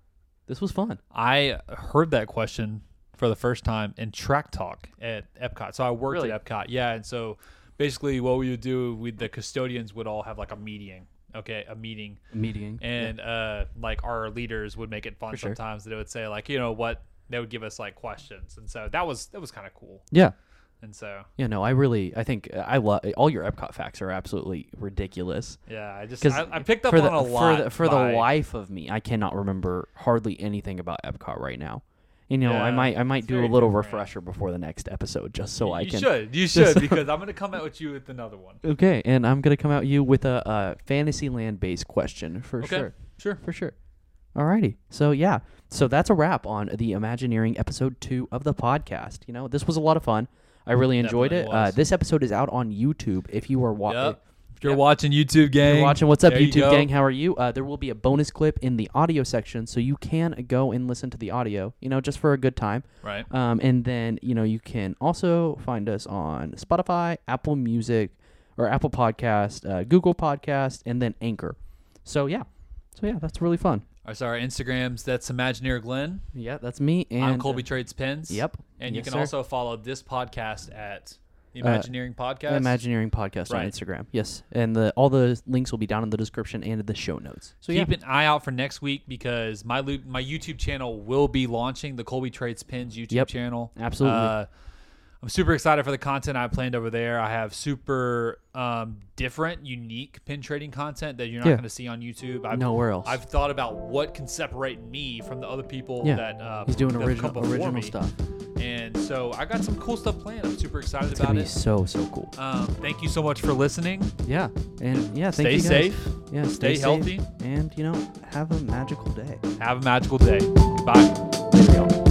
[SPEAKER 1] this was fun.
[SPEAKER 2] I heard that question for the first time in track talk at Epcot. So I worked
[SPEAKER 1] Really?
[SPEAKER 2] at Epcot. Yeah, and so basically what we would do we the custodians would all have like a meeting. Okay, a meeting.
[SPEAKER 1] Meeting
[SPEAKER 2] and uh, like our leaders would make it fun
[SPEAKER 1] sure.
[SPEAKER 2] sometimes. They would say like, you know what? They would give us like questions, and so that was that was kind of cool.
[SPEAKER 1] yeah.
[SPEAKER 2] And so
[SPEAKER 1] Yeah, no, I really, I think uh, I love all your Epcot facts are absolutely ridiculous.
[SPEAKER 2] yeah, I just
[SPEAKER 1] 'Cause
[SPEAKER 2] I, I picked up
[SPEAKER 1] for
[SPEAKER 2] on
[SPEAKER 1] the,
[SPEAKER 2] a lot
[SPEAKER 1] for the, for
[SPEAKER 2] by-
[SPEAKER 1] the life of me. I cannot remember hardly anything about Epcot right now. You know, I
[SPEAKER 2] Yeah,
[SPEAKER 1] might I might
[SPEAKER 2] it's
[SPEAKER 1] do a
[SPEAKER 2] very
[SPEAKER 1] little
[SPEAKER 2] different.
[SPEAKER 1] refresher before the next episode just so I
[SPEAKER 2] You
[SPEAKER 1] can.
[SPEAKER 2] should you
[SPEAKER 1] just-
[SPEAKER 2] should because I'm gonna come out with you with another one.
[SPEAKER 1] Okay, and I'm gonna come out you with a, a Fantasyland based question for
[SPEAKER 2] Okay,
[SPEAKER 1] sure,
[SPEAKER 2] sure.
[SPEAKER 1] for sure. Alrighty, so yeah, so that's a wrap on the Imagineering episode two of the podcast. You know, this was a lot of fun. I really enjoyed
[SPEAKER 2] Definitely
[SPEAKER 1] it. Uh,
[SPEAKER 2] was.
[SPEAKER 1] this episode is out on YouTube. If you are watching,
[SPEAKER 2] Yep. If you're watching YouTube gang,
[SPEAKER 1] you're watching. What's up,
[SPEAKER 2] there you
[SPEAKER 1] YouTube
[SPEAKER 2] go.
[SPEAKER 1] gang? How are you? Uh, there will be a bonus clip in the audio section, so you can go and listen to the audio, you know, just for a good time.
[SPEAKER 2] Right.
[SPEAKER 1] Um, and then, you know, you can also find us on Spotify, Apple Music, or Apple Podcast, uh, Google Podcast, and then Anchor. So, yeah. So, yeah, that's really fun.
[SPEAKER 2] Our sorry Instagrams. That's Imagineer Glenn.
[SPEAKER 1] Yeah, that's me. And
[SPEAKER 2] I'm Colby Trades Pins.
[SPEAKER 1] yep.
[SPEAKER 2] And you
[SPEAKER 1] Yes,
[SPEAKER 2] can
[SPEAKER 1] sir. Uh,
[SPEAKER 2] also follow this podcast at the Imagineering Podcast.
[SPEAKER 1] Imagineering podcast on
[SPEAKER 2] Right.
[SPEAKER 1] Instagram. Yes. And the all the links will be down in the description and in the show notes. So, yeah.
[SPEAKER 2] keep an eye out for next week because my loop, my YouTube channel will be launching the Colby Trades Pins YouTube
[SPEAKER 1] Yep.
[SPEAKER 2] channel.
[SPEAKER 1] Absolutely.
[SPEAKER 2] Uh, I'm super excited for the content I planned over there. I have super um, different, unique pin trading content that you're not
[SPEAKER 1] Yeah.
[SPEAKER 2] going to see on YouTube. I've,
[SPEAKER 1] Nowhere else.
[SPEAKER 2] I've thought about what can separate me from the other people
[SPEAKER 1] Yeah.
[SPEAKER 2] that uh,
[SPEAKER 1] He's doing
[SPEAKER 2] that have
[SPEAKER 1] original,
[SPEAKER 2] come before
[SPEAKER 1] original
[SPEAKER 2] me.
[SPEAKER 1] stuff.
[SPEAKER 2] and so I got some cool stuff planned. I'm super excited
[SPEAKER 1] It's
[SPEAKER 2] about
[SPEAKER 1] gonna be
[SPEAKER 2] it.
[SPEAKER 1] so so cool.
[SPEAKER 2] Um, thank you so much for listening.
[SPEAKER 1] Yeah, and yeah, thank
[SPEAKER 2] Stay
[SPEAKER 1] you guys.
[SPEAKER 2] safe.
[SPEAKER 1] Yeah,
[SPEAKER 2] Stay
[SPEAKER 1] stay, safe,
[SPEAKER 2] healthy.
[SPEAKER 1] and you know, have a magical day.
[SPEAKER 2] Have a magical day. Goodbye.
[SPEAKER 1] Later, y'all.